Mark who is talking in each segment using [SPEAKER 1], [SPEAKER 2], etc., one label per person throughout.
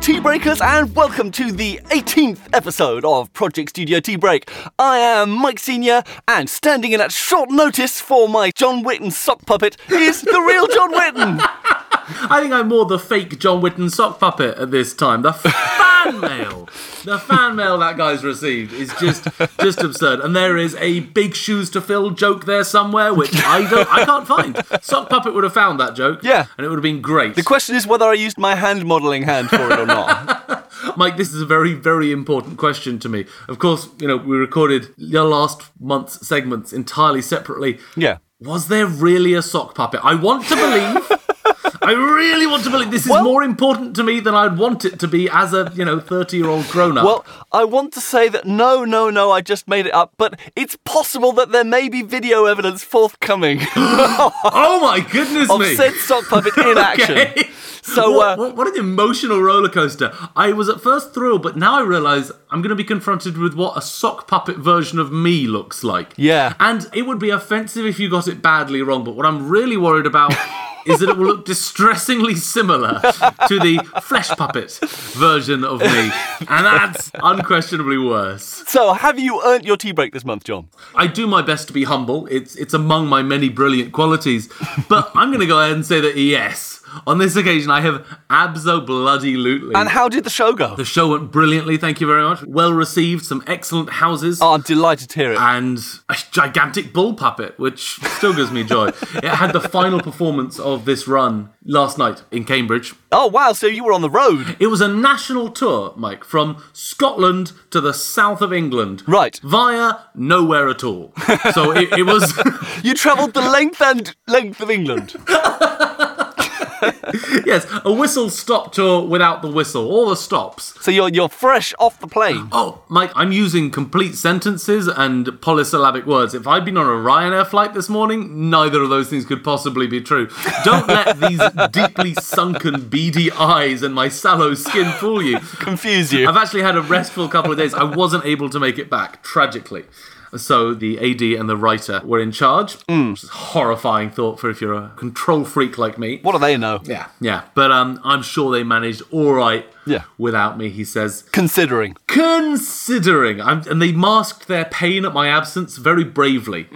[SPEAKER 1] tea breakers, and welcome to the 18th episode of Project Studio Tea Break. I am Mike Senior, and standing in at short notice for my John Witten sock puppet is the real John Witten.
[SPEAKER 2] I think I'm more the fake John Whitten sock puppet at this time. The fan mail, the fan mail that guy's received is just just absurd. And there is a big shoes to fill joke there somewhere, which I don't, I can't find. Sock puppet would have found that joke,
[SPEAKER 1] Yeah.
[SPEAKER 2] and it would have been great.
[SPEAKER 1] The question is whether I used my hand modelling hand for it or not.
[SPEAKER 2] Mike, this is a very very important question to me. Of course, you know we recorded your last month's segments entirely separately.
[SPEAKER 1] Yeah.
[SPEAKER 2] Was there really a sock puppet? I want to believe. I really want to believe this is
[SPEAKER 1] Well-
[SPEAKER 2] more important to me than I'd want it to be as a, you know, 30-year-old grown-up.
[SPEAKER 1] Well, I want to say that no, no, no, I just made it up, but it's possible that there may be video evidence forthcoming uh,
[SPEAKER 2] oh my goodness
[SPEAKER 1] of
[SPEAKER 2] me.
[SPEAKER 1] said sock puppet in action.
[SPEAKER 2] Okay.
[SPEAKER 1] So,
[SPEAKER 2] what,
[SPEAKER 1] uh,
[SPEAKER 2] what, what an emotional roller coaster. I was at first thrilled, but now I realize I'm going to be confronted with what a sock puppet version of me looks like.
[SPEAKER 1] Yeah.
[SPEAKER 2] And it would be offensive if you got it badly wrong, but what I'm really worried about is that it will look distressingly similar to the flesh puppet version of me. And that's unquestionably worse.
[SPEAKER 1] So, have you earned your tea break this month, John?
[SPEAKER 2] I do my best to be humble. It's it's among my many brilliant qualities. But I'm going to go ahead and say that yes, on this occasion I have abso bloody lootly.
[SPEAKER 1] And how did the show go?
[SPEAKER 2] the show went brilliantly. Thank you very much. Well received. Some excellent houses.
[SPEAKER 1] Oh, I'm delighted to hear it.
[SPEAKER 2] and a gigantic bull puppet, which still gives me joy. it had the final performance of this run last night in Cambridge.
[SPEAKER 1] Oh, wow, so you were on the road.
[SPEAKER 2] It was a national tour, Mike, from Scotland to the south of England.
[SPEAKER 1] Right.
[SPEAKER 2] Via nowhere at all. So it, it was.
[SPEAKER 1] You travelled the length and length of England.
[SPEAKER 2] Yes, a whistle stop tour without the whistle, all the stops.
[SPEAKER 1] So you're, you're fresh off the plane.
[SPEAKER 2] Oh, Mike, I'm using complete sentences and polysyllabic words. If I'd been on a Ryanair flight this morning, neither of those things could possibly be true. Don't let these deeply sunken, beady eyes and my sallow skin fool you.
[SPEAKER 1] Confuse you.
[SPEAKER 2] I've actually had a restful couple of days. I wasn't able to make it back, tragically. So the AD and the writer were in charge, which is a horrifying thought for if you're a control freak like me.
[SPEAKER 1] What do they know?
[SPEAKER 2] Yeah, yeah. But um, I'm sure they managed all right.
[SPEAKER 1] Yeah.
[SPEAKER 2] Without me, he says.
[SPEAKER 1] Considering.
[SPEAKER 2] Considering, I'm, and they masked their pain at my absence very bravely,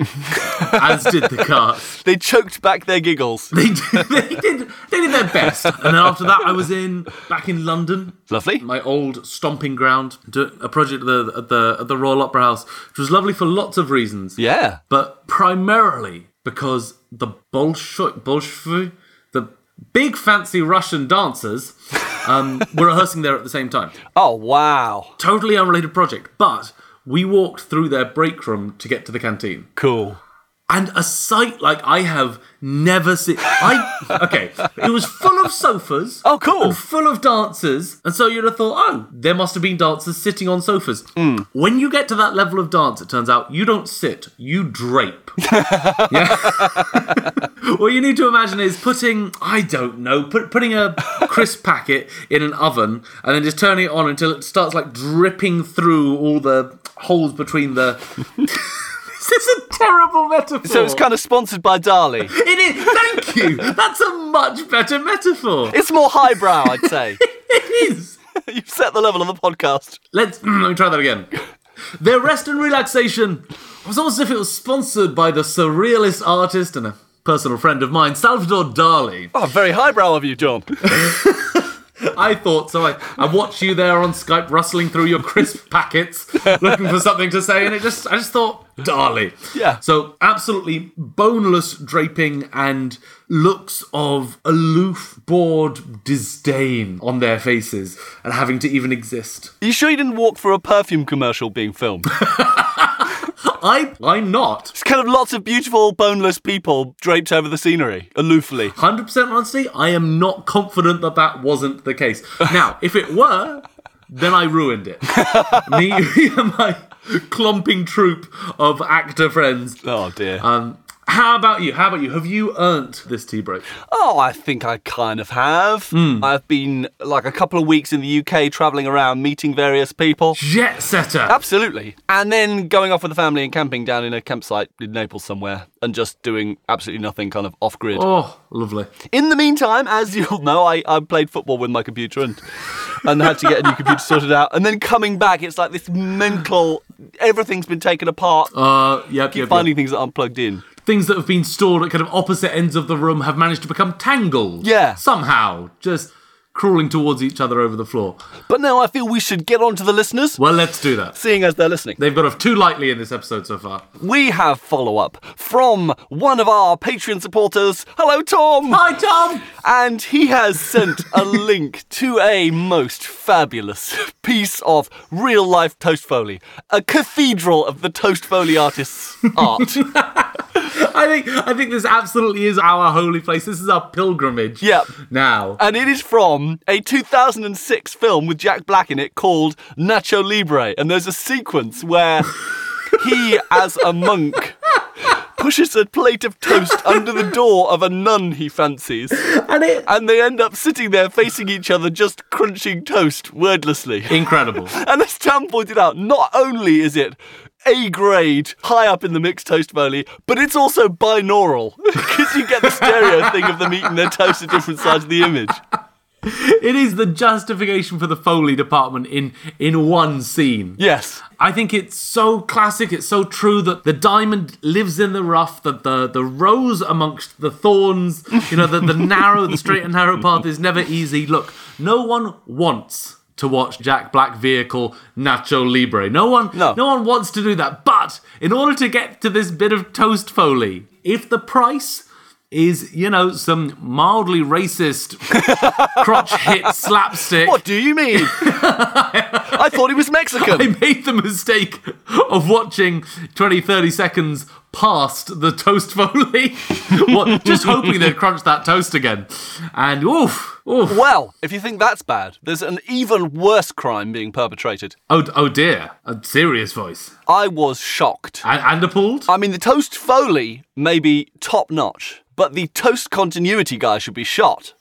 [SPEAKER 2] as did the cast.
[SPEAKER 1] They choked back their giggles.
[SPEAKER 2] They did, they did, they did their best. And then after that, I was in back in London,
[SPEAKER 1] Lovely.
[SPEAKER 2] my old stomping ground, do- a project at the at the, at the Royal Opera House, which was lovely for lots of reasons.
[SPEAKER 1] Yeah.
[SPEAKER 2] but primarily because the Bolshoi, Bolshoi, the big fancy Russian dancers, um, were rehearsing there at the same time.
[SPEAKER 1] Oh, wow.
[SPEAKER 2] Totally unrelated project, but we walked through their break room to get to the canteen
[SPEAKER 1] Cool.
[SPEAKER 2] and a sight like I have never seen. I okay, it was full of sofas.
[SPEAKER 1] Oh, cool.
[SPEAKER 2] And full of dancers, and so you'd have thought, oh, there must have been dancers sitting on sofas.
[SPEAKER 1] Hmm.
[SPEAKER 2] When you get to that level of dance, it turns out you don't sit, you drape. yeah. what you need to imagine is putting, I don't know, put, putting a crisp packet in an oven and then just turning it on until it starts like dripping through all the holes between the. this is a terrible metaphor.
[SPEAKER 1] So it's kind of sponsored by Dali.
[SPEAKER 2] It is. Thank you. That's a much better metaphor.
[SPEAKER 1] It's more highbrow, I'd say.
[SPEAKER 2] It is.
[SPEAKER 1] You've set the level of the podcast.
[SPEAKER 2] Let's let me try that again. Their rest and relaxation it was almost as if it was sponsored by the surrealist artist and a personal friend of mine, Salvador Dali.
[SPEAKER 1] Oh, very highbrow of you, John.
[SPEAKER 2] I thought so. I, I watched you there on Skype rustling through your crisp packets, looking for something to say, and it just I just thought, Darley.
[SPEAKER 1] Yeah.
[SPEAKER 2] So absolutely boneless draping and looks of aloof, bored disdain on their faces and having to even exist.
[SPEAKER 1] you sure you didn't walk for a perfume commercial being filmed?
[SPEAKER 2] I I'm not.
[SPEAKER 1] It's kind of lots of beautiful, boneless people draped over the scenery, aloofly.
[SPEAKER 2] 100% honesty, I am not confident that that wasn't the case. Now, if it were, then I ruined it. me, me and my clomping troop of actor friends
[SPEAKER 1] Oh, dear.
[SPEAKER 2] Um, How about you? How about you? Have you earned this tea break?
[SPEAKER 1] Oh, I think I kind of have. I've been like a couple of weeks in the UK traveling around meeting various people.
[SPEAKER 2] Jet setter.
[SPEAKER 1] Absolutely. And then going off with the family and camping down in a campsite in Naples somewhere and just doing absolutely nothing kind of off grid.
[SPEAKER 2] Oh, lovely.
[SPEAKER 1] In the meantime, as you'll know, I, I played football with my computer and and had to get a new computer sorted out. And then coming back, it's like this mental everything's been taken apart.
[SPEAKER 2] Uh, yep, yep, yep.
[SPEAKER 1] Finding things that aren't plugged in.
[SPEAKER 2] Things that have been stored at kind of opposite ends of the room have managed to become tangled.
[SPEAKER 1] Yeah.
[SPEAKER 2] Somehow, just crawling towards each other over the floor.
[SPEAKER 1] But now I feel we should get on to the listeners,
[SPEAKER 2] Well, let's do that.
[SPEAKER 1] seeing as they're listening.
[SPEAKER 2] They've got off too lightly in this episode so far.
[SPEAKER 1] We have follow up from one of our Patreon supporters. Hello, Tom!
[SPEAKER 2] Hi, Tom.
[SPEAKER 1] And he has sent a link to a most fabulous piece of real life toast foley, a cathedral of the toast foley artist's art.
[SPEAKER 2] I think I think this absolutely is our holy place. This is our pilgrimage.
[SPEAKER 1] Yep.
[SPEAKER 2] Now.
[SPEAKER 1] And it is from a 2006 film with Jack Black in it called Nacho Libre. And there's a sequence where he, as a monk, pushes a plate of toast under the door of a nun he fancies.
[SPEAKER 2] and it
[SPEAKER 1] And they end up sitting there facing each other, just crunching toast wordlessly.
[SPEAKER 2] incredible.
[SPEAKER 1] And as Tam pointed out, not only is it a grade high up in the mixed toast foley, but it's also binaural because you get the stereo thing of them eating their toast at different sides of the image.
[SPEAKER 2] it is the justification for the Foley department in in one scene.
[SPEAKER 1] Yes.
[SPEAKER 2] I think it's so classic, it's so true that the diamond lives in the rough, that the, the rose amongst the thorns, you know, the, the narrow, the straight and narrow path is never easy. Look, no one wants to watch Jack Black vehicle Nacho Libre. No one
[SPEAKER 1] No.
[SPEAKER 2] one wants to do that. But in order to get to this bit of toast foley, if the price is, you know, some mildly racist crotch hit slapstick.
[SPEAKER 1] What do you mean? I thought he was Mexican.
[SPEAKER 2] I made the mistake of watching 20, 30 seconds past the toast foley, what, just hoping they'd crunch that toast again. And oof, oof.
[SPEAKER 1] Well, if you think that's bad, there's an even worse crime being perpetrated.
[SPEAKER 2] Oh, oh dear, a serious voice.
[SPEAKER 1] I was shocked.
[SPEAKER 2] And, and appalled?
[SPEAKER 1] I mean, the toast foley may be top notch, but the toast continuity guy should be shot.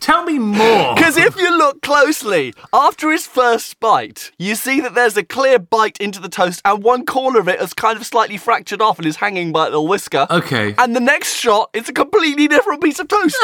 [SPEAKER 2] Tell me more.
[SPEAKER 1] Because if you look closely, after his first bite, you see that there's a clear bite into the toast, and one corner of it is kind of slightly fractured off and is hanging by a little whisker.
[SPEAKER 2] Okay.
[SPEAKER 1] And the next shot, it's a completely different piece of toast.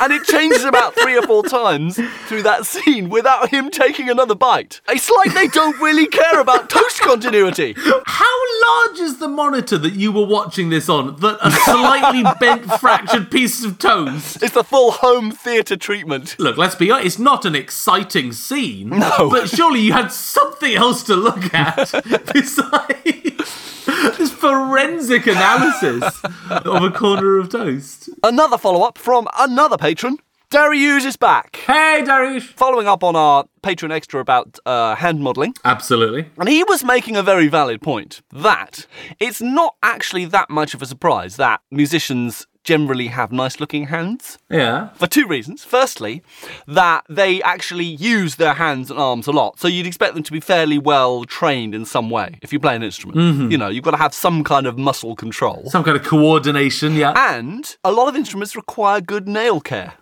[SPEAKER 1] and it changes about three or four times through that scene without him taking another bite. It's like they don't really care about toast continuity.
[SPEAKER 2] How large is the monitor that you were watching this on that a slightly bent, fractured piece of toast
[SPEAKER 1] It's the full home theatre treatment.
[SPEAKER 2] Look, let's be honest, it's not an exciting scene.
[SPEAKER 1] No.
[SPEAKER 2] But surely you had something else to look at besides this forensic analysis of a corner of toast.
[SPEAKER 1] Another follow up from another patron. Darius is back.
[SPEAKER 2] Hey, Darius.
[SPEAKER 1] Following up on our patron extra about uh, hand modelling,
[SPEAKER 2] Absolutely.
[SPEAKER 1] And he was making a very valid point that it's not actually that much of a surprise that musicians generally have nice looking hands
[SPEAKER 2] Yeah.
[SPEAKER 1] for two reasons. Firstly, that they actually use their hands and arms a lot. So you'd expect them to be fairly well trained in some way if you play an instrument. You know, you've got to have some kind of muscle control.
[SPEAKER 2] Some kind of coordination, yeah.
[SPEAKER 1] and a lot of instruments require good nail care.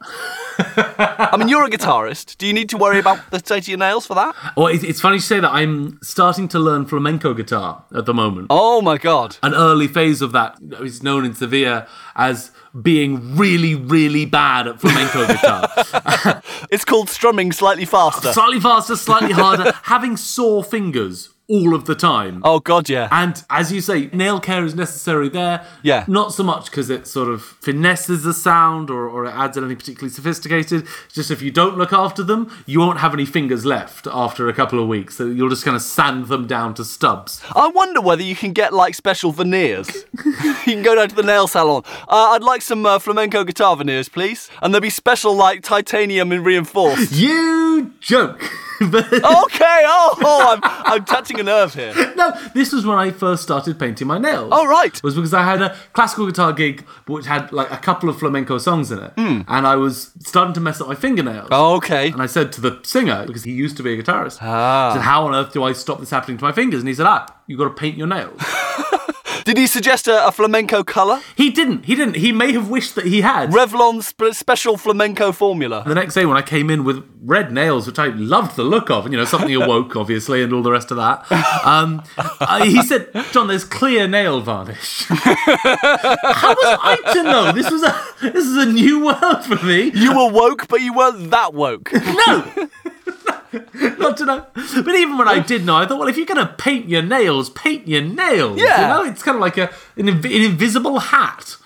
[SPEAKER 1] I mean, you're a guitarist. Do you need to worry about the state of your nails for that?
[SPEAKER 2] Well, it's, it's funny you say that. I'm starting to learn flamenco guitar at the moment.
[SPEAKER 1] Oh my god.
[SPEAKER 2] An early phase of that is known in Sevilla as being really, really bad at flamenco guitar.
[SPEAKER 1] It's called strumming slightly faster.
[SPEAKER 2] slightly faster, slightly harder, having sore fingers all of the time.
[SPEAKER 1] Oh god, yeah.
[SPEAKER 2] And as you say, nail care is necessary there.
[SPEAKER 1] Yeah.
[SPEAKER 2] Not so much because it sort of finesses the sound or, or it adds anything particularly sophisticated. It's Just if you don't look after them, you won't have any fingers left after a couple of weeks. So you'll just kind of sand them down to stubs.
[SPEAKER 1] I wonder whether you can get like special veneers. you can go down to the nail salon. Uh, I'd like some uh, flamenco guitar veneers, please. And there'll be special like titanium and reinforced.
[SPEAKER 2] You joke. But-
[SPEAKER 1] okay, oh, oh, I'm, I'm touching a nerve here.
[SPEAKER 2] No, this was when I first started painting my nails.
[SPEAKER 1] Oh, right.
[SPEAKER 2] Was because I had a classical guitar gig which had like a couple of flamenco songs in it, and I was starting to mess up my fingernails.
[SPEAKER 1] Okay.
[SPEAKER 2] And I said to the singer because he used to be a guitarist, I said, "How on earth do I stop this happening to my fingers?" And he said, "Ah, you got to paint your nails."
[SPEAKER 1] Did he suggest a, a flamenco colour?
[SPEAKER 2] He didn't. He didn't. He may have wished that he had.
[SPEAKER 1] Revlon sp- special flamenco formula.
[SPEAKER 2] the next day when I came in with red nails, which I loved the look of, and you know something awoke obviously, and all the rest of that. Um, I- he said, "John, there's clear nail varnish." How was I to know this was a this is a new world for me?
[SPEAKER 1] You were woke, but you weren't that woke.
[SPEAKER 2] No. Not to know, but even when I did know, I thought, well, if you're going to paint your nails, paint your nails.
[SPEAKER 1] Yeah.
[SPEAKER 2] you know, it's kind of like a an, inv- an invisible hat.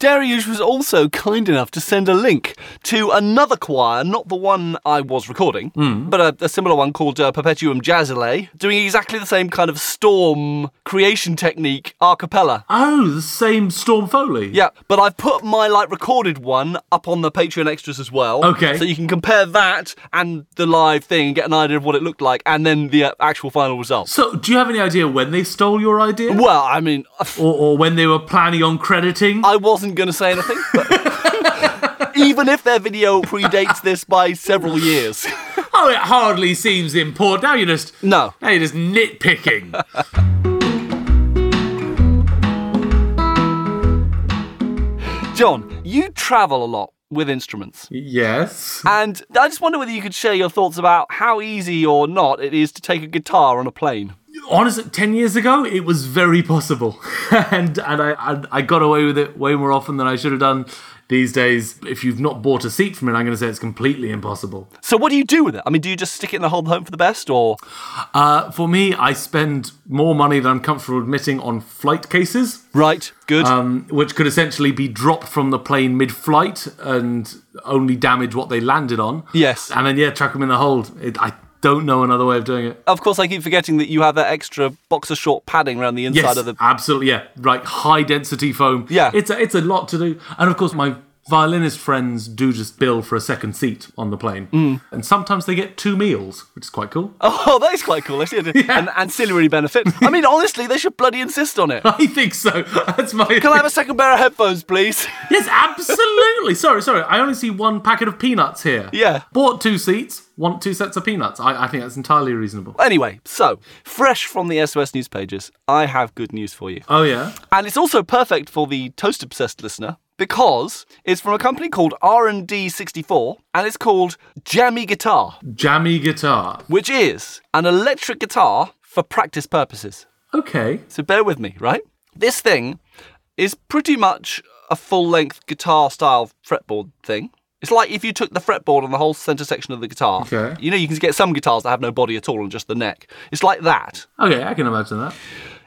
[SPEAKER 1] Dariush was also kind enough to send a link to another choir, not the one I was recording, but a, a similar one called uh, Perpetuum Jazzile, doing exactly the same kind of storm creation technique a cappella.
[SPEAKER 2] Oh, the same Storm Foley.
[SPEAKER 1] Yeah, but I've put my like recorded one up on the Patreon extras as well.
[SPEAKER 2] Okay.
[SPEAKER 1] So you can compare that and the live thing and get an idea of what it looked like and then the uh, actual final results.
[SPEAKER 2] So, do you have any idea when they stole your idea?
[SPEAKER 1] Well, I mean,
[SPEAKER 2] or, or when they were planning on crediting.
[SPEAKER 1] I wasn't going to say anything, but even if their video predates this by several years.
[SPEAKER 2] Oh, it hardly seems important. Now you're just
[SPEAKER 1] No.
[SPEAKER 2] Now you're just nitpicking.
[SPEAKER 1] John, you travel a lot with instruments.
[SPEAKER 2] yes.
[SPEAKER 1] And I just wonder whether you could share your thoughts about how easy or not it is to take a guitar on a plane.
[SPEAKER 2] Honestly, ten years ago, it was very possible, and and I, I I got away with it way more often than I should have done. These days, if you've not bought a seat from it, I'm going to say it's completely impossible.
[SPEAKER 1] So, what do you do with it? I mean, do you just stick it in the hold home for the best, or
[SPEAKER 2] Uh, for me, I spend more money than I'm comfortable admitting on flight cases.
[SPEAKER 1] right? Good.
[SPEAKER 2] um, which could essentially be dropped from the plane mid-flight and only damage what they landed on.
[SPEAKER 1] Yes.
[SPEAKER 2] and then yeah, chuck them in the hold. It, I don't know another way of doing it.
[SPEAKER 1] of course, I keep forgetting that you have that extra boxer short padding around the inside
[SPEAKER 2] Yes,
[SPEAKER 1] of the.
[SPEAKER 2] absolutely. Yeah, like high density foam.
[SPEAKER 1] Yeah.
[SPEAKER 2] it's a, it's a lot to do, and of course my. Violinist friends do just bill for a second seat on the plane,
[SPEAKER 1] Mm.
[SPEAKER 2] and sometimes they get two meals, which is quite cool.
[SPEAKER 1] Oh, that is quite cool. That's an ancillary benefit. I mean, honestly, they should bloody insist on it. Can
[SPEAKER 2] I think so. That's my.
[SPEAKER 1] I have a second pair of headphones, please?
[SPEAKER 2] Yes, absolutely. sorry, sorry. I only see one packet of peanuts here.
[SPEAKER 1] Yeah.
[SPEAKER 2] Bought two seats, want two sets of peanuts. I, I think that's entirely reasonable.
[SPEAKER 1] Anyway, so fresh from the SOS news pages, I have good news for you.
[SPEAKER 2] Oh, yeah.
[SPEAKER 1] And it's also perfect for the toast obsessed listener because it's from a company called R&D64 and it's called Jammy Guitar,
[SPEAKER 2] Jammy guitar.
[SPEAKER 1] which is an electric guitar for practice purposes.
[SPEAKER 2] Okay.
[SPEAKER 1] So bear with me, right? This thing is pretty much a full length guitar style fretboard thing. It's like if you took the fretboard and the whole center section of the guitar.
[SPEAKER 2] Okay.
[SPEAKER 1] You know, you can get some guitars that have no body at all and just the neck. It's like that.
[SPEAKER 2] Okay, I can imagine that.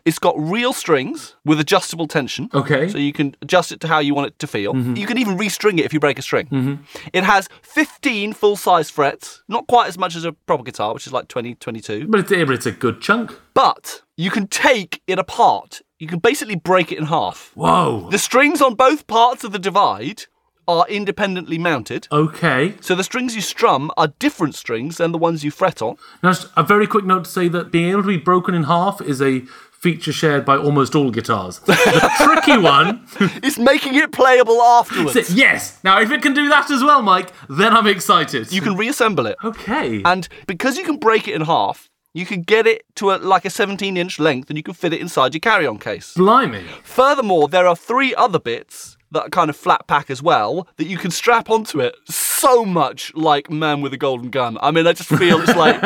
[SPEAKER 1] It's got real strings with adjustable tension.
[SPEAKER 2] Okay.
[SPEAKER 1] So you can adjust it to how you want it to feel. You can even restring it if you break a string. It has 15 full size frets, not quite as much as a proper guitar, which is like 20, 22.
[SPEAKER 2] But it's, but it's a good chunk.
[SPEAKER 1] But you can take it apart. You can basically break it in half.
[SPEAKER 2] Whoa.
[SPEAKER 1] The strings on both parts of the divide are independently mounted.
[SPEAKER 2] Okay.
[SPEAKER 1] So the strings you strum are different strings than the ones you fret on.
[SPEAKER 2] Now, just a very quick note to say that being able to be broken in half is a feature shared by almost all guitars. The tricky one.
[SPEAKER 1] It's making it playable afterwards.
[SPEAKER 2] Yes. Now, if it can do that as well, Mike, then I'm excited.
[SPEAKER 1] You can reassemble it.
[SPEAKER 2] Okay.
[SPEAKER 1] And because you can break it in half, you can get it to a, like a 17 inch length and you can fit it inside your carry on case.
[SPEAKER 2] Blimey.
[SPEAKER 1] Furthermore, there are three other bits that are kind of flat pack as well that you can strap onto it so much like man with a golden gun i mean i just feel it's like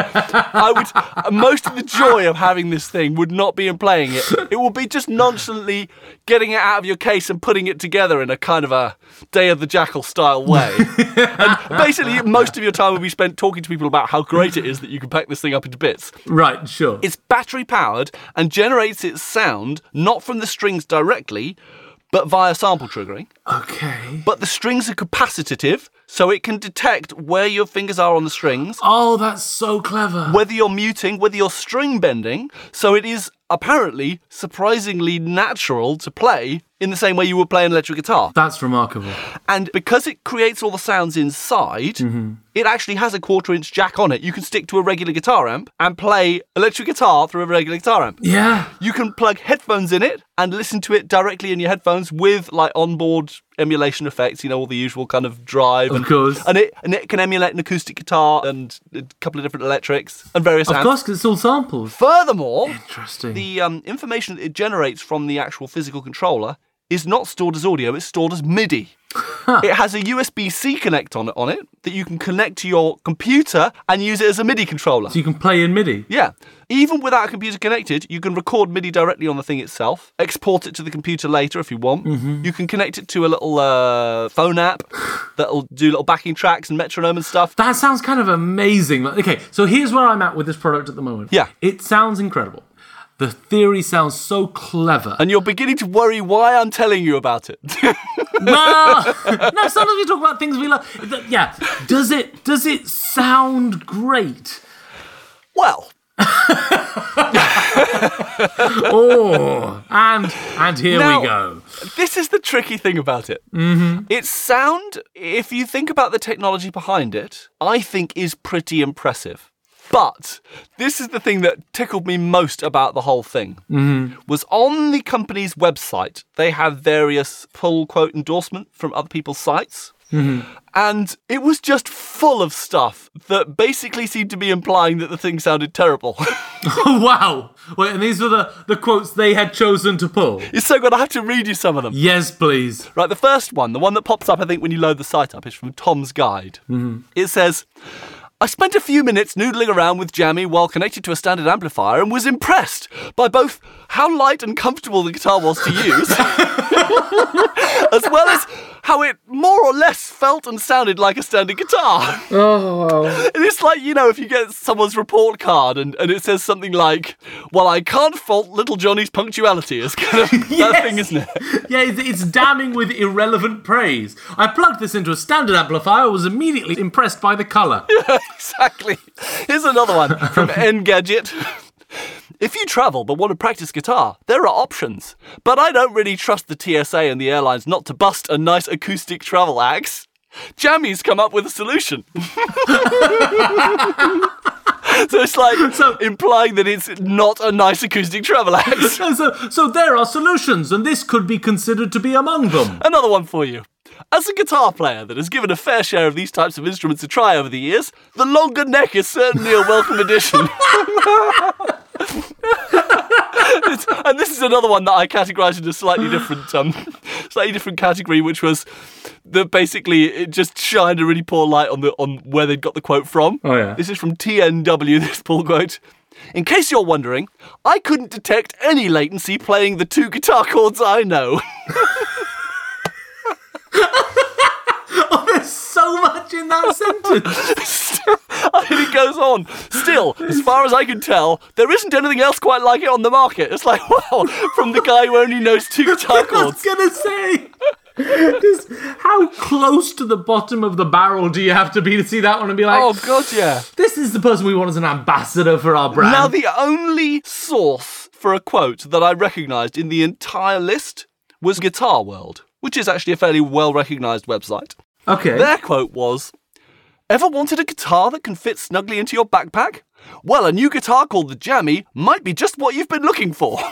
[SPEAKER 1] i would most of the joy of having this thing would not be in playing it it would be just nonchalantly getting it out of your case and putting it together in a kind of a day of the jackal style way and basically most of your time will be spent talking to people about how great it is that you can pack this thing up into bits
[SPEAKER 2] Right, sure.
[SPEAKER 1] it's battery powered and generates its sound not from the strings directly, but via sample triggering.
[SPEAKER 2] okay.
[SPEAKER 1] But the strings are capacitative, so it can detect where your fingers are on the strings,
[SPEAKER 2] Oh, that's so clever.
[SPEAKER 1] whether you're muting, whether you're string bending. So it is apparently surprisingly natural to play in the same way you would play an electric guitar.
[SPEAKER 2] That's remarkable.
[SPEAKER 1] And because it creates all the sounds inside, it actually has a quarter inch jack on it. You can stick to a regular guitar amp and play electric guitar through a regular guitar amp.
[SPEAKER 2] Yeah.
[SPEAKER 1] You can plug headphones in it and listen to it directly in your headphones with like onboard emulation effects, you know, all the usual kind of drive.
[SPEAKER 2] Of
[SPEAKER 1] and,
[SPEAKER 2] course.
[SPEAKER 1] And it, and it can emulate an acoustic guitar and a couple of different electrics and various
[SPEAKER 2] Of
[SPEAKER 1] amps.
[SPEAKER 2] course, 'cause it's all samples.
[SPEAKER 1] Furthermore,
[SPEAKER 2] Interesting.
[SPEAKER 1] the um, information that it generates from the actual physical controller is not stored as audio, it's stored as MIDI. It has a USB C connect on it, on it that you can connect to your computer and use it as a MIDI controller.
[SPEAKER 2] so you can play in MIDI.
[SPEAKER 1] Yeah. Even without a computer connected, you can record MIDI directly on the thing itself, export it to the computer later if you want. You can connect it to a little uh, phone app that'll do little backing tracks and metronome and stuff.
[SPEAKER 2] That sounds kind of amazing. Okay, so here's where I'm at with this product at the moment.
[SPEAKER 1] Yeah.
[SPEAKER 2] It sounds incredible. The theory sounds so clever.
[SPEAKER 1] And you're beginning to worry why I'm telling you about it.
[SPEAKER 2] well, no, sometimes we talk about things we love. Th- Yeah. Does it does it sound great?
[SPEAKER 1] well,
[SPEAKER 2] Oh, and and here
[SPEAKER 1] Now-
[SPEAKER 2] we go.
[SPEAKER 1] this is the tricky thing about it. Its sound, if you think about the technology behind it, I think is pretty impressive. But this is the thing that tickled me most about the whole thing. Was on the company's website, they have various pull quote endorsement from other people's sites. And it was just full of stuff that basically seemed to be implying that the thing sounded terrible.
[SPEAKER 2] wow. Wait, and these were the, the quotes they had chosen to pull.
[SPEAKER 1] it's so good, I have to read you some of them.
[SPEAKER 2] Yes, please.
[SPEAKER 1] Right, the first one, the one that pops up, I think, when you load the site up, is from Tom's Guide. It says, I spent a few minutes noodling around with Jammy while connected to a standard amplifier and was impressed by both how light and comfortable the guitar was to use, as well as how it more or less felt and sounded like a standard guitar. And it's like, you know, if you get someone's report card and, and it says something like, Well, I can't fault little Johnny's punctuality. It's kind of that
[SPEAKER 2] Yes.
[SPEAKER 1] thing, isn't it?
[SPEAKER 2] Yeah, it's, it's damning with irrelevant praise. I plugged this into a standard amplifier, was immediately impressed by the colour.
[SPEAKER 1] exactly. Here's another one from Engadget. If you travel but want to practice guitar, there are options. But I don't really trust the TSA and the airlines not to bust a nice acoustic travel axe. Jammy's come up with a solution. so it's like
[SPEAKER 2] So-
[SPEAKER 1] implying that it's not a nice acoustic travel axe.
[SPEAKER 2] And so, so there are solutions, and this could be considered to be among them.
[SPEAKER 1] Another one for you. As a guitar player that has given a fair share of these types of instruments a try over the years, the longer neck is certainly a welcome addition. It's- and this is another one that I categorised in a slightly different, um, slightly different category, which was that basically it just shined a really poor light on the on where they'd got the quote from.
[SPEAKER 2] Oh, yeah.
[SPEAKER 1] This is from TNW. This pull quote. In case you're wondering, I couldn't detect any latency playing the two guitar chords I know.
[SPEAKER 2] There's so much in that sentence.
[SPEAKER 1] and it goes on. Still, as far as I can tell, there isn't anything else quite like it on the market. It's like, wow, from the guy who only knows two guitar
[SPEAKER 2] I was
[SPEAKER 1] chords.
[SPEAKER 2] gonna say. Just how close to the bottom of the barrel do you have to be to see that one and be like,
[SPEAKER 1] Oh, God, yeah.
[SPEAKER 2] this is the person we want as an ambassador for our brand?
[SPEAKER 1] Now, the only source for a quote that I recognised in the entire list was Guitar World, which is actually a fairly well recognised website.
[SPEAKER 2] okay.
[SPEAKER 1] Their quote was Ever wanted a guitar that can fit snugly into your backpack? Well, a new guitar called the Jammy might be just what you've been looking for.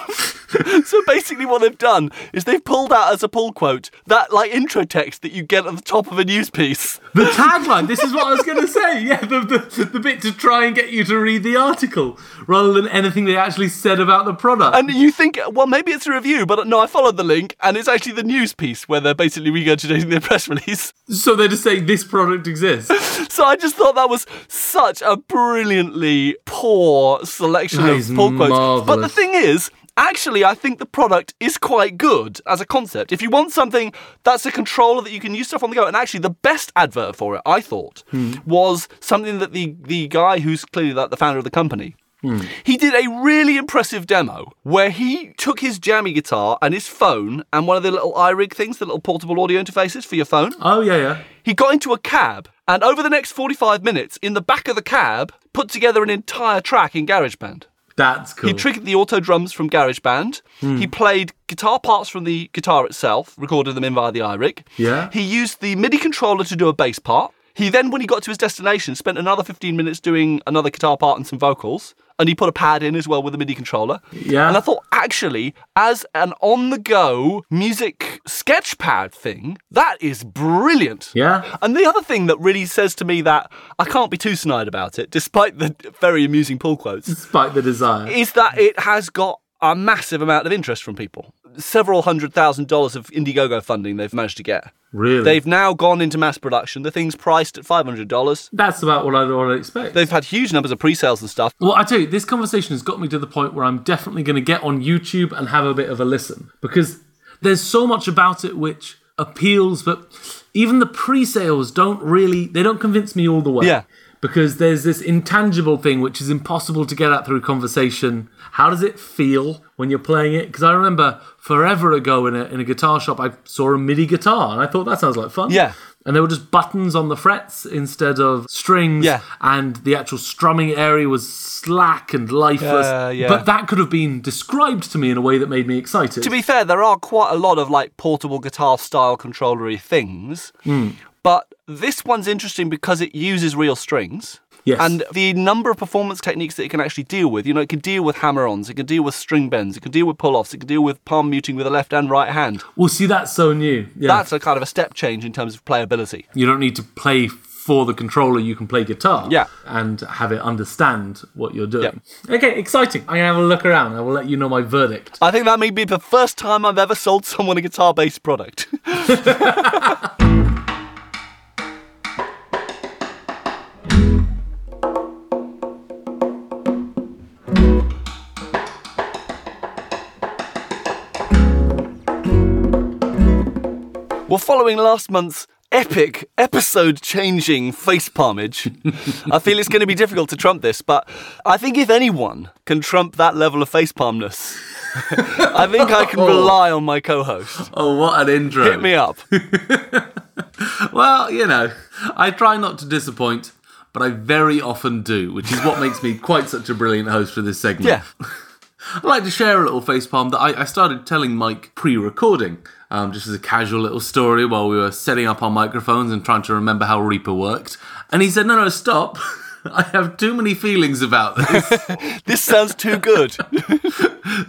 [SPEAKER 1] so basically, what they've done is they've pulled out as a pull quote that like intro text that you get at the top of a news piece.
[SPEAKER 2] The tagline. This is what I was going to say. Yeah, the, the, the bit to try and get you to read the article rather than anything they actually said about the product.
[SPEAKER 1] And you think, well, maybe it's a review, but no, I followed the link and it's actually the news piece where they're basically regurgitating their press release.
[SPEAKER 2] so they're just saying this product exists.
[SPEAKER 1] So I just thought that was such a brilliantly poor selection
[SPEAKER 2] That
[SPEAKER 1] of
[SPEAKER 2] is
[SPEAKER 1] pull quotes. But the
[SPEAKER 2] marvellous.
[SPEAKER 1] thing is, actually, I think the product is quite good as a concept. If you want something that's a controller that you can use stuff on the go, and actually the best advert for it, I thought,
[SPEAKER 2] Hmm.
[SPEAKER 1] was something that the, the guy who's clearly like the founder of the company.
[SPEAKER 2] Hmm.
[SPEAKER 1] He did a really impressive demo where he took his jammy guitar and his phone and one of the little iRig things, the little portable audio interfaces for your phone.
[SPEAKER 2] Oh yeah, yeah.
[SPEAKER 1] He got into a cab and over the next 45 minutes in the back of the cab put together an entire track in GarageBand.
[SPEAKER 2] That's cool.
[SPEAKER 1] He triggered the auto drums from GarageBand.
[SPEAKER 2] Hmm.
[SPEAKER 1] He played guitar parts from the guitar itself, recorded them in via the iRig.
[SPEAKER 2] Yeah.
[SPEAKER 1] He used the MIDI controller to do a bass part. He then, when he got to his destination, spent another 15 minutes doing another guitar part and some vocals. And he put a pad in as well with a MIDI controller.
[SPEAKER 2] Yeah.
[SPEAKER 1] And I thought, actually, as an on the go music sketch pad thing, that is brilliant.
[SPEAKER 2] yeah.
[SPEAKER 1] And the other thing that really says to me that I can't be too snide about it, despite the very amusing pull quotes,
[SPEAKER 2] Despite the desire.
[SPEAKER 1] is that it has got a massive amount of interest from people. Several hundred thousand dollars of Indiegogo funding they've managed to get.
[SPEAKER 2] Really?
[SPEAKER 1] They've now gone into mass production. The thing's priced at five hundred dollars.
[SPEAKER 2] That's about what I'd, what I'd expect.
[SPEAKER 1] They've had huge numbers of pre-sales and stuff.
[SPEAKER 2] Well, I tell you, this conversation has got me to the point where I'm definitely going to get on YouTube and have a bit of a listen because there's so much about it which appeals, but even the pre-sales don't really they don't convince me all the way.
[SPEAKER 1] Yeah.
[SPEAKER 2] Because there's this intangible thing which is impossible to get at through conversation. How does it feel when you're playing it? Because I remember forever ago in a, in a guitar shop, I saw a MIDI guitar and I thought that sounds like fun.
[SPEAKER 1] Yeah.
[SPEAKER 2] And there were just buttons on the frets instead of strings
[SPEAKER 1] Yeah.
[SPEAKER 2] and the actual strumming area was slack and lifeless.
[SPEAKER 1] Yeah, yeah.
[SPEAKER 2] But that could have been described to me in a way that made me excited.
[SPEAKER 1] To be fair, there are quite a lot of like portable guitar style controllery things.
[SPEAKER 2] Hmm.
[SPEAKER 1] But this one's interesting because it uses real strings.
[SPEAKER 2] Yes.
[SPEAKER 1] And the number of performance techniques that it can actually deal with, you know, it can deal with hammer ons, it can deal with string bends, it can deal with pull offs, it can deal with palm muting with the left and right hand.
[SPEAKER 2] well, see, that's so new. Yeah.
[SPEAKER 1] That's a kind of a step change in terms of playability.
[SPEAKER 2] you don't need to play for the controller, you can play guitar
[SPEAKER 1] Yeah.
[SPEAKER 2] and have it understand what you're doing. Okay, exciting. I'm going to have a look around. I will let you know my verdict.
[SPEAKER 1] I think that may be the first time I've ever sold someone a guitar based product. Well, following last month's epic episode changing face palmage, I feel it's going to be difficult to trump this, but I think if anyone can trump that level of face palmness, I think I can rely on my co host.
[SPEAKER 2] Oh, what an intro.
[SPEAKER 1] Hit me up.
[SPEAKER 2] Well, you know, I try not to disappoint, but I very often do, which is what makes me quite such a brilliant host for this segment.
[SPEAKER 1] Yeah.
[SPEAKER 2] I'd like to share a little facepalm that I, I started telling Mike pre recording, um, just as a casual little story while we were setting up our microphones and trying to remember how Reaper worked. And he said, No, no, stop. I have too many feelings about this.
[SPEAKER 1] This sounds too good.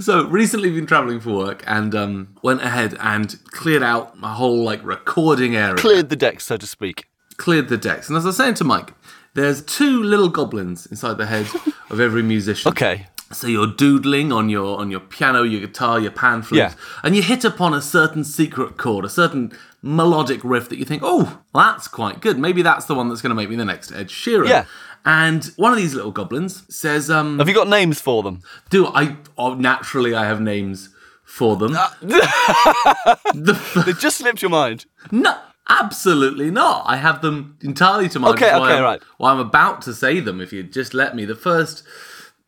[SPEAKER 2] so recently been traveling for work and um, went ahead and cleared out my whole like recording area.
[SPEAKER 1] Cleared the deck, so to speak.
[SPEAKER 2] cleared the decks. And as I was saying to Mike, there's two little goblins inside the head of every musician.
[SPEAKER 1] Okay.
[SPEAKER 2] So you're doodling on your on your piano, your guitar, your pan flute,
[SPEAKER 1] Yeah.
[SPEAKER 2] and you hit upon a certain secret chord, a certain melodic riff that you think, oh, that's quite good. Maybe that's the one that's going to make me the next Ed Sheeran.
[SPEAKER 1] Yeah.
[SPEAKER 2] And one of these little goblins says, um,
[SPEAKER 1] Have you got names for them?
[SPEAKER 2] "Do I? Oh, naturally, I have names for them.
[SPEAKER 1] Uh, They just slipped your mind.
[SPEAKER 2] No, absolutely not. I have them entirely to mind.
[SPEAKER 1] Okay,
[SPEAKER 2] That's why
[SPEAKER 1] okay,
[SPEAKER 2] I'm,
[SPEAKER 1] right.
[SPEAKER 2] Why I'm about to say them, if you'd just let me. The first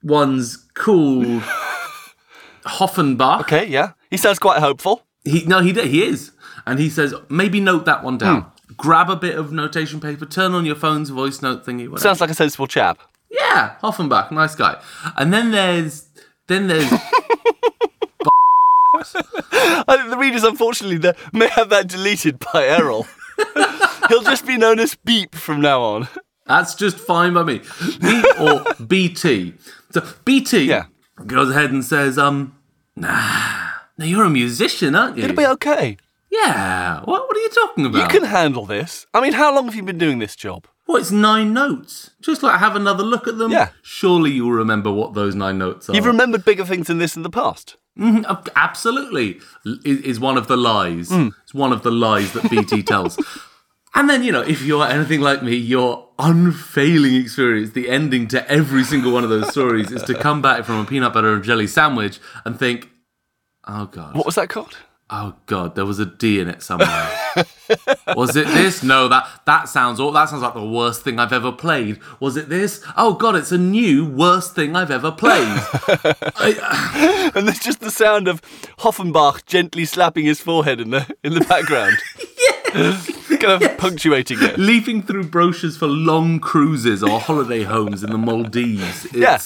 [SPEAKER 2] one's called Hoffenbach.
[SPEAKER 1] Okay, yeah. He sounds quite hopeful.
[SPEAKER 2] He, no, he d- he is, and he says maybe note that one down.
[SPEAKER 1] Hmm.
[SPEAKER 2] Grab a bit of notation paper, turn on your phone's voice note thingy. Whatever.
[SPEAKER 1] Sounds like a sensible chap.
[SPEAKER 2] yeah, Hoffenbach, nice guy. And then there's then there's
[SPEAKER 1] I think the readers, unfortunately, they may have that deleted by Errol. He'll just be known as Beep from now on.
[SPEAKER 2] That's just fine by me. B or BT. So BT
[SPEAKER 1] Yeah.
[SPEAKER 2] goes ahead and says, um, nah, now you're a musician, aren't you?
[SPEAKER 1] It'll be okay.
[SPEAKER 2] yeah. What, what are you talking about?
[SPEAKER 1] You can handle this. I mean, how long have you been doing this job?
[SPEAKER 2] Well, it's nine notes. Just like have another look at them.
[SPEAKER 1] Yeah.
[SPEAKER 2] Surely you'll remember what those nine notes are.
[SPEAKER 1] You've remembered bigger things than this in the past.
[SPEAKER 2] Ab- Absolutely, L- is, is one of the lies. It's one of the lies that BT tells. And then you know, if you're anything like me, your unfailing experience, the ending to every single one of those stories, is to come back from a peanut butter and jelly sandwich and think, "Oh god,
[SPEAKER 1] What was that called?
[SPEAKER 2] oh god, there was a D in it somewhere." was it this? No, that that sounds aw- that sounds like the worst thing I've ever played. Was it this? Oh god, it's a new worst thing I've ever played.
[SPEAKER 1] And there's just the sound of Hoffenbach gently slapping his forehead in the in the background. kind of punctuating it.
[SPEAKER 2] leafing through brochures for long cruises or holiday homes in the Maldives. It's,
[SPEAKER 1] Yeah.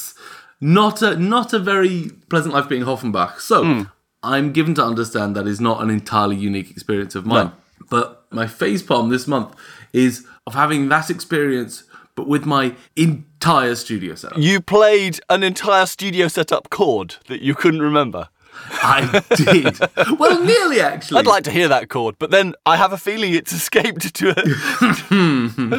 [SPEAKER 2] Not a not a very pleasant life being Hoffenbach. So
[SPEAKER 1] Hmm.
[SPEAKER 2] I'm given to understand that is not an entirely unique experience of mine. But my face palm this month is of having that experience, but with my entire studio setup.
[SPEAKER 1] You played an entire studio setup chord that you couldn't remember.
[SPEAKER 2] I did. Well, nearly actually.
[SPEAKER 1] I'd like to hear that chord, but then I have a feeling it's escaped to a.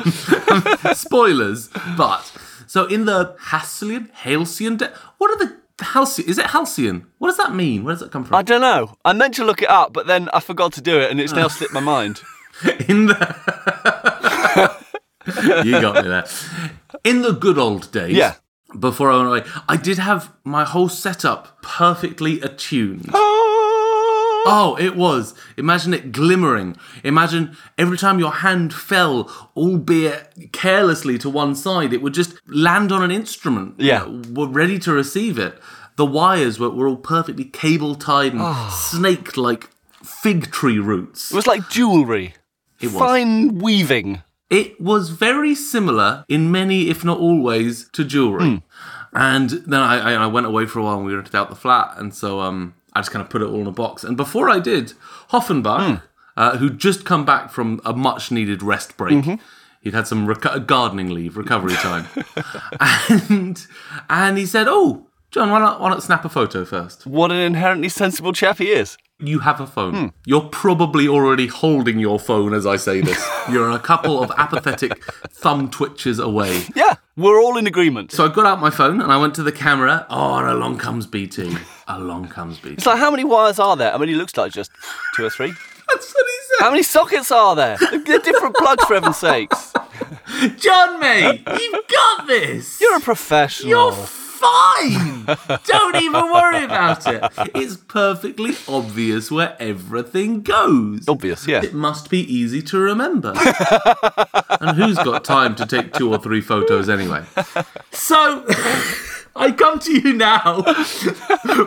[SPEAKER 2] spoilers, but so in the Halcyon, Halcyon, de- what are the Halcyon? Is it Halcyon? What does that mean? Where does that come
[SPEAKER 1] I
[SPEAKER 2] from?
[SPEAKER 1] don't know. I meant to look it up, but then I forgot to do it, and it's now slipped my mind.
[SPEAKER 2] in the you got me there. In the good old days,
[SPEAKER 1] Yeah.
[SPEAKER 2] Before I went away, I did have my whole setup perfectly attuned. Oh, it was. Imagine it glimmering. Imagine every time your hand fell, albeit carelessly to one side, it would just land on an instrument.
[SPEAKER 1] Yeah.
[SPEAKER 2] We're ready to receive it. The wires were, were all perfectly cable tied and
[SPEAKER 1] Ah.
[SPEAKER 2] snaked like fig tree roots.
[SPEAKER 1] It was like jewellery.
[SPEAKER 2] It was.
[SPEAKER 1] Fine weaving.
[SPEAKER 2] It was very similar in many, if not always, to jewelry. And then I, I, I went away for a while and we rented out the flat. And so um, I just kind of put it all in a box. And before I did, Hoffenbach, uh, who'd just come back from a much needed rest break, he'd had some reco- gardening leave, recovery time. and, and he said, Oh, John, why not, why not snap a photo first?
[SPEAKER 1] What an inherently sensible chap he is.
[SPEAKER 2] You have a phone. You're probably already holding your phone as I say this. You're a couple of apathetic thumb twitches away.
[SPEAKER 1] Yeah, we're all in agreement.
[SPEAKER 2] So I got out my phone and I went to the camera. Oh, and along comes BT. Along comes BT.
[SPEAKER 1] It's like, how many wires are there? I mean, it looks like just two or three.
[SPEAKER 2] That's what he
[SPEAKER 1] How many sockets are there? They're different plugs, for heaven's sakes.
[SPEAKER 2] said. John, mate, you've got this.
[SPEAKER 1] You're a professional.
[SPEAKER 2] You're fine. Don't even worry about it. It's perfectly obvious where everything goes.
[SPEAKER 1] Obvious, yeah.
[SPEAKER 2] It must be easy to remember. and who's got time to take two or three photos anyway? So I come to you now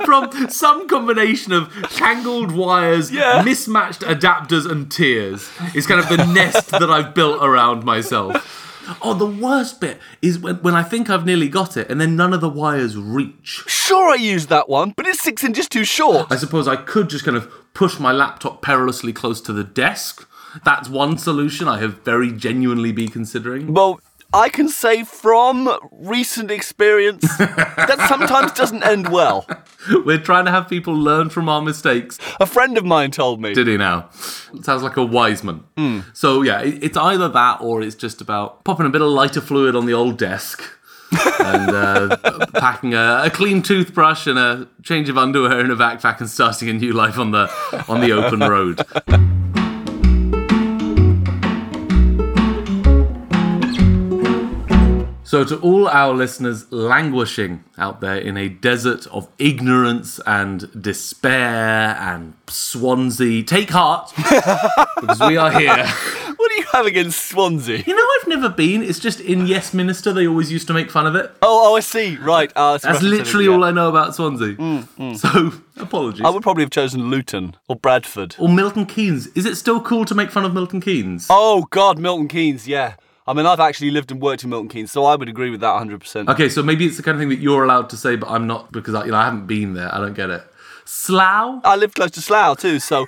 [SPEAKER 2] from some combination of tangled wires,
[SPEAKER 1] Yeah.
[SPEAKER 2] mismatched adapters, and tears. It's kind of the nest that I've built around myself. Oh, the worst bit is when, when I think I've nearly got it and then none of the wires reach.
[SPEAKER 1] Sure, I used that one, but it's six inches too short.
[SPEAKER 2] I suppose I could just kind of push my laptop perilously close to the desk. That's one solution I have very genuinely be considering.
[SPEAKER 1] Well, I can say from recent experience that sometimes doesn't end well.
[SPEAKER 2] We're trying to have people learn from our mistakes.
[SPEAKER 1] A friend of mine told me.
[SPEAKER 2] Did he now? Sounds like a wise man. So yeah, it- it's either that or it's just about popping a bit of lighter fluid on the old desk. and uh, packing a, a clean toothbrush and a change of underwear in a backpack and starting a new life on the on the open road. So, to all our listeners languishing out there in a desert of ignorance and despair and Swansea, take heart because we are here.
[SPEAKER 1] What are you having in Swansea?
[SPEAKER 2] You know, I've never been. It's just in Yes Minister, they always used to make fun of it.
[SPEAKER 1] Oh, oh, I see. Right. Uh, it's
[SPEAKER 2] That's
[SPEAKER 1] referencing it,
[SPEAKER 2] literally
[SPEAKER 1] yeah. Mm,
[SPEAKER 2] all I know about Swansea. So, apologies.
[SPEAKER 1] I would probably have chosen Luton or Bradford.
[SPEAKER 2] or Milton Keynes. Is it still cool to make fun of Milton Keynes?
[SPEAKER 1] Oh, God, Milton Keynes, yeah. I mean, I've actually lived and worked in Milton Keynes, so I would agree with that 100%.
[SPEAKER 2] Okay, so maybe it's the kind of thing that you're allowed to say, but I'm not because I, you know, I haven't been there. I don't get it. Slough?
[SPEAKER 1] I live close to Slough, too, so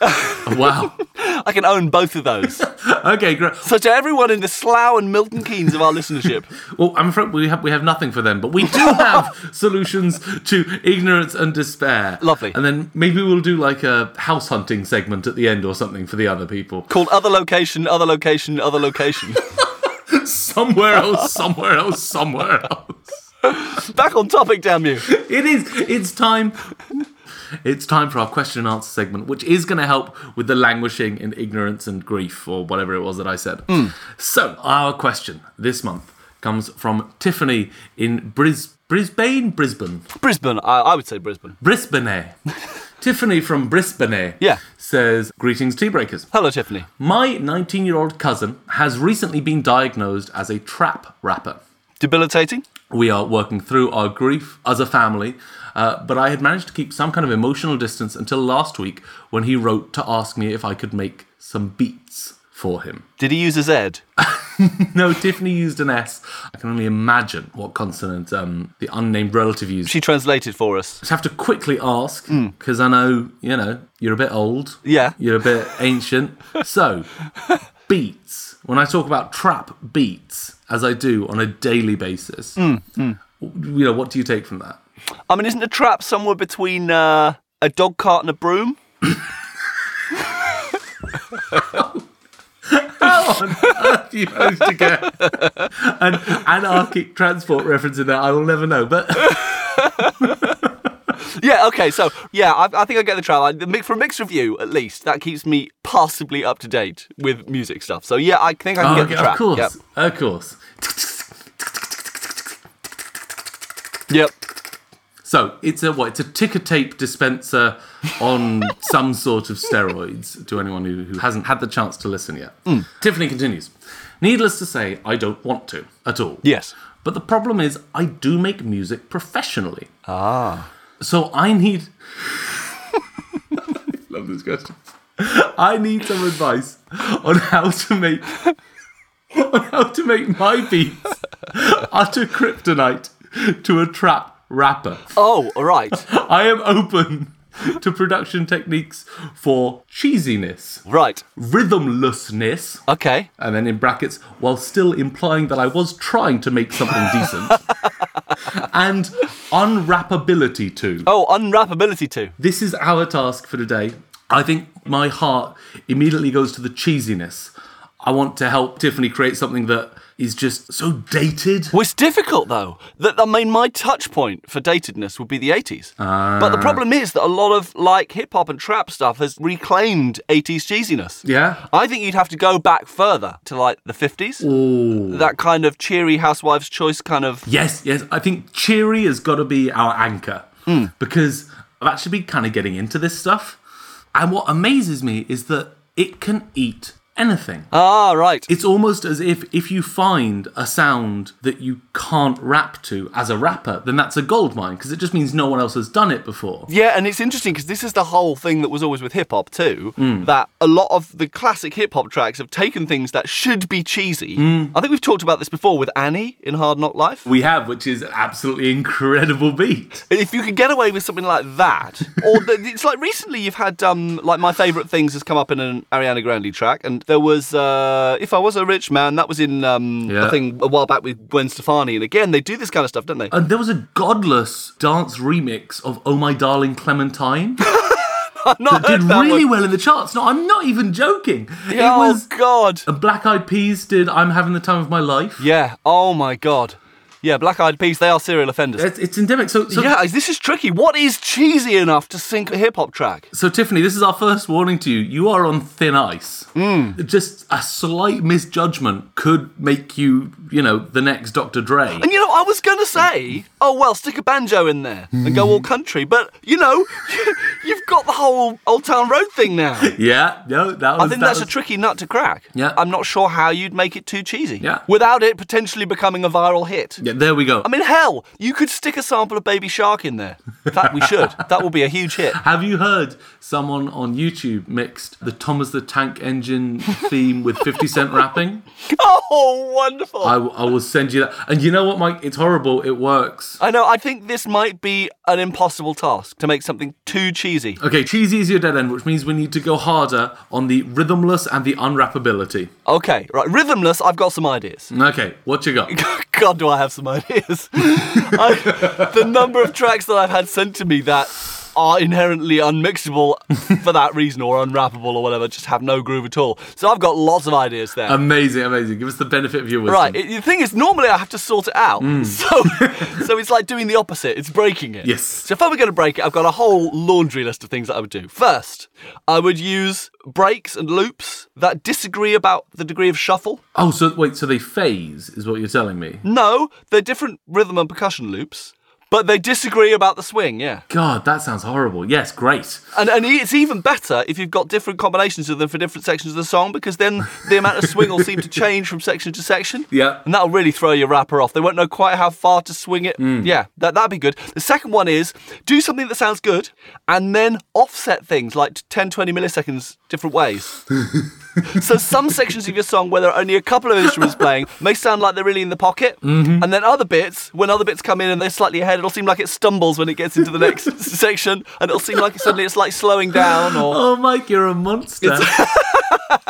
[SPEAKER 2] wow.
[SPEAKER 1] I can own both of those.
[SPEAKER 2] okay, great.
[SPEAKER 1] so, to everyone in the Slough and Milton Keynes of our listenership,
[SPEAKER 2] Well, I'm afraid we have we have nothing for them, but we do have solutions to ignorance and despair.
[SPEAKER 1] Lovely.
[SPEAKER 2] And then maybe we'll do like a house hunting segment at the end or something for the other people.
[SPEAKER 1] called Other Location, Other Location, Other Location.
[SPEAKER 2] Somewhere else, somewhere else, somewhere else.
[SPEAKER 1] Back on topic, damn you.
[SPEAKER 2] It is. It's time. It's time for our question and answer segment, which is going to help with the languishing in ignorance and grief, or whatever it was that I said. So, our question this month comes from Tiffany in Bris- Brisbane, Brisbane,
[SPEAKER 1] Brisbane, I, I would say Brisbane.
[SPEAKER 2] Brisbane. Tiffany from Brisbane
[SPEAKER 1] Yeah.
[SPEAKER 2] says, Greetings, tea breakers.
[SPEAKER 1] Hello, Tiffany.
[SPEAKER 2] My 19 year old cousin has recently been diagnosed as a trap rapper.
[SPEAKER 1] Debilitating?
[SPEAKER 2] We are working through our grief as a family, uh, but I had managed to keep some kind of emotional distance until last week when he wrote to ask me if I could make some beats for him.
[SPEAKER 1] Did he use a Z?
[SPEAKER 2] No, Tiffany used an S. I can only imagine what consonant um, the unnamed relative used.
[SPEAKER 1] She translated for us.
[SPEAKER 2] Just have to quickly ask because I know you know you're a bit old.
[SPEAKER 1] Hmm. Yeah.
[SPEAKER 2] you're a bit ancient. So, beats. When I talk about trap beats, as I do on a daily basis,
[SPEAKER 1] Hmm,
[SPEAKER 2] w- you know what do you take from that?
[SPEAKER 1] I mean, isn't a trap somewhere between uh, a dog cart and a broom?
[SPEAKER 2] How on earth you managed to get an anarchic transport reference in there? I will never know. But
[SPEAKER 1] Yeah, okay, so yeah, I, I think I get the trap. I, the mix, for a mix review, at least, that keeps me passably up to date with music stuff. So yeah, I think I can
[SPEAKER 2] Oh,
[SPEAKER 1] get
[SPEAKER 2] okay,
[SPEAKER 1] the trap.
[SPEAKER 2] of course,
[SPEAKER 1] Yep.
[SPEAKER 2] of course.
[SPEAKER 1] yep.
[SPEAKER 2] So it's a what? It's a ticker tape dispenser on some sort of steroids to anyone who, who hasn't had the chance to listen yet. Tiffany continues. Needless to say, I don't want to at all.
[SPEAKER 1] Yes.
[SPEAKER 2] But the problem is, I do make music professionally. Ah. So I need. I love this question. I need some advice on how to make on how to make my beats utter kryptonite to a trap rapper.
[SPEAKER 1] Oh, all right.
[SPEAKER 2] I am open to production techniques for cheesiness,
[SPEAKER 1] right.
[SPEAKER 2] rhythmlessness,
[SPEAKER 1] Okay.
[SPEAKER 2] and then in brackets, while still implying that I was trying to make something decent, and unwrappability too.
[SPEAKER 1] Oh, unwrappability too.
[SPEAKER 2] This is our task for today. I think my heart immediately goes to the cheesiness. I want to help Tiffany create something that is just so dated.
[SPEAKER 1] Well, it's difficult though. That I mean, my touch point for datedness would be the 80s.
[SPEAKER 2] Ah.
[SPEAKER 1] But the problem is that a lot of like hip hop and trap stuff has reclaimed 80s cheesiness.
[SPEAKER 2] Yeah.
[SPEAKER 1] I think you'd have to go back further to like the 50s. That kind of cheery housewife's choice kind of.
[SPEAKER 2] Yes, yes. I think cheery has got to be our anchor because I've actually been kind of getting into this stuff. And what amazes me is that it can eat anything.
[SPEAKER 1] Ah, right.
[SPEAKER 2] it's almost as if if you find a sound that you can't rap to as a rapper, then that's a gold mine because it just means no one else has done it before.
[SPEAKER 1] Yeah, and it's interesting because this is the whole thing that was always with hip hop too.
[SPEAKER 2] Mm.
[SPEAKER 1] That a lot of the classic hip hop tracks have taken things that should be cheesy. I think we've talked about this before with Annie in Hard Knock Life.
[SPEAKER 2] Mm. We have, which is an absolutely incredible beat.
[SPEAKER 1] If you could get away with something like that, or the, it's like recently you've had um, like my favourite things has come up in an Ariana Grande track, and there was uh, if I was a rich man that was in um,
[SPEAKER 2] Yeah.
[SPEAKER 1] I think a while back with Gwen Stefani, and again they do this kind of stuff, don't they?
[SPEAKER 2] And there was a godless dance remix of "Oh My Darling Clementine."
[SPEAKER 1] Not
[SPEAKER 2] Did
[SPEAKER 1] heard that
[SPEAKER 2] really
[SPEAKER 1] one.
[SPEAKER 2] well in the charts. No, I'm not even joking.
[SPEAKER 1] oh
[SPEAKER 2] it was
[SPEAKER 1] God.
[SPEAKER 2] And Black Eyed Peas did I'm Having the Time of My Life.
[SPEAKER 1] Yeah. Oh my God. Yeah. Black Eyed Peas. They are serial offenders.
[SPEAKER 2] It's, it's endemic. So, so,
[SPEAKER 1] Yeah, this is tricky. What is cheesy enough to sync a hip hop track?
[SPEAKER 2] so, Tiffany, this is our first warning to you. You are on thin ice.
[SPEAKER 1] Mm.
[SPEAKER 2] Just a slight misjudgment could make you, you know, the next Dr. Dre.
[SPEAKER 1] And you know, I was gonna say, oh well, stick a banjo in there and go all country, but you know, you've got the whole Old Town Road thing now.
[SPEAKER 2] Yeah, no, that was.
[SPEAKER 1] I think
[SPEAKER 2] that
[SPEAKER 1] that's
[SPEAKER 2] was,
[SPEAKER 1] a tricky nut to crack.
[SPEAKER 2] Yeah.
[SPEAKER 1] I'm not sure how you'd make it too cheesy.
[SPEAKER 2] Yeah.
[SPEAKER 1] Without it potentially becoming a viral hit.
[SPEAKER 2] Yeah, there we go.
[SPEAKER 1] I mean, hell, you could stick a sample of Baby Shark in there. In fact, we should. that will be a huge hit.
[SPEAKER 2] Have you heard someone on YouTube mixed the Thomas the Tank Engine theme with 50 Cent rapping?
[SPEAKER 1] Oh, wonderful.
[SPEAKER 2] I, w- I will send you that. And you know what, Mike? It's horrible. It works.
[SPEAKER 1] I know, I think this might be an impossible task to make something too cheesy.
[SPEAKER 2] Okay, cheesy is your dead end, which means we need to go harder on the rhythmless and the unwrappability.
[SPEAKER 1] Okay, right. Rhythmless, I've got some ideas.
[SPEAKER 2] Okay, what you got?
[SPEAKER 1] God, do I have some ideas. I, the number of tracks that I've had sent to me that are inherently unmixable for that reason or unwrappable or whatever, just have no groove at all. So I've got lots of ideas there.
[SPEAKER 2] Amazing, amazing. Give us the benefit of your wisdom.
[SPEAKER 1] Right, it- the thing is, normally I have to sort it out. So, so it's like doing the opposite, it's breaking it.
[SPEAKER 2] Yes.
[SPEAKER 1] So if I were going to break it, I've got a whole laundry list of things that I would do. First, I would use breaks and loops that disagree about the degree of shuffle.
[SPEAKER 2] Oh, so wait, so they phase is what you're telling me?
[SPEAKER 1] No, they're different rhythm and percussion loops, but they disagree about the swing, yeah.
[SPEAKER 2] God, that sounds horrible. Yes, great.
[SPEAKER 1] And, and it's even better if you've got different combinations of them for different sections of the song because then the amount of swing will seem to change from section to section.
[SPEAKER 2] Yeah.
[SPEAKER 1] And that'll really throw your rapper off. They won't know quite how far to swing it. Yeah, that, that'd be good. The second one is do something that sounds good and then offset things like 10, 20 milliseconds different ways. so some sections of your song where there are only a couple of instruments playing may sound like they're really in the pocket,
[SPEAKER 2] Mm-hmm.
[SPEAKER 1] and then other bits, when other bits come in and they're slightly ahead, it'll seem like it stumbles when it gets into the next section, and it'll seem like suddenly it's like slowing down or.
[SPEAKER 2] Oh, Mike, you're a monster.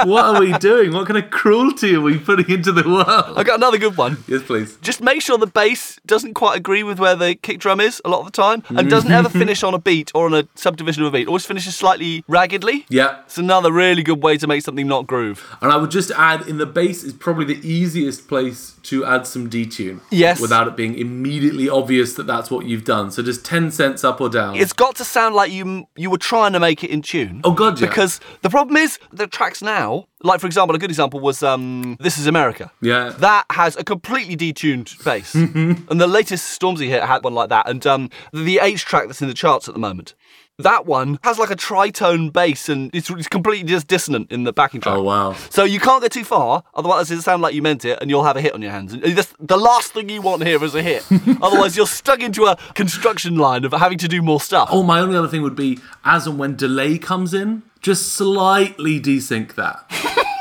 [SPEAKER 2] what are we doing? What kind of cruelty are we putting into the world?
[SPEAKER 1] I got another good one.
[SPEAKER 2] Yes, please.
[SPEAKER 1] Just make sure the bass doesn't quite agree with where the kick drum is a lot of the time, and doesn't
[SPEAKER 2] Mm-hmm.
[SPEAKER 1] ever finish on a beat or on a subdivision of a beat. Always finishes slightly raggedly.
[SPEAKER 2] Yeah.
[SPEAKER 1] It's another really good way to make something not groove.
[SPEAKER 2] And I would just add in the bass is probably the easiest place to add some detune.
[SPEAKER 1] Yes.
[SPEAKER 2] Without it being immediately obvious that that's what you've done. So just 10 cents up or down.
[SPEAKER 1] It's got to sound like you you were trying to make it in tune.
[SPEAKER 2] oh, God, yeah.
[SPEAKER 1] Because the problem is the tracks now, like for example, a good example was um, "This Is America."
[SPEAKER 2] Yeah.
[SPEAKER 1] that has a completely detuned bass, and the latest Stormzy hit had one like that. And um, the H track that's in the charts at the moment, that one has like a tritone bass, and it's, it's completely just dissonant in the backing track.
[SPEAKER 2] Oh, wow.
[SPEAKER 1] So you can't go too far, otherwise it'll sound like you meant it, and you'll have a hit on your hands. And that's the last thing you want here is a hit. otherwise, you're stuck into a construction line of having to do more stuff.
[SPEAKER 2] Oh, my only other thing would be as and when delay comes in, just slightly desync that.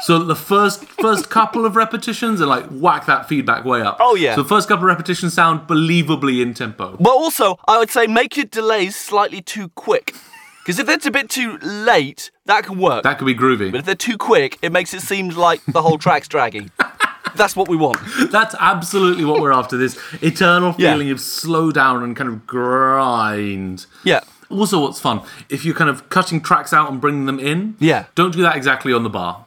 [SPEAKER 2] so the first first couple of repetitions and like whack that feedback way up.
[SPEAKER 1] Oh, yeah.
[SPEAKER 2] So the first couple of repetitions sound believably in tempo.
[SPEAKER 1] But also, I would say make your delays slightly too quick. Because if it's a bit too late, that can work.
[SPEAKER 2] That could be groovy.
[SPEAKER 1] But if they're too quick, it makes it seem like the whole track's dragging. That's what we want.
[SPEAKER 2] That's absolutely what we're after. This eternal
[SPEAKER 1] Yeah.
[SPEAKER 2] feeling of slow down and kind of grind.
[SPEAKER 1] Yeah.
[SPEAKER 2] Also, what's fun if you're kind of cutting tracks out and bringing them in.
[SPEAKER 1] Yeah.
[SPEAKER 2] Don't do that exactly on the bar,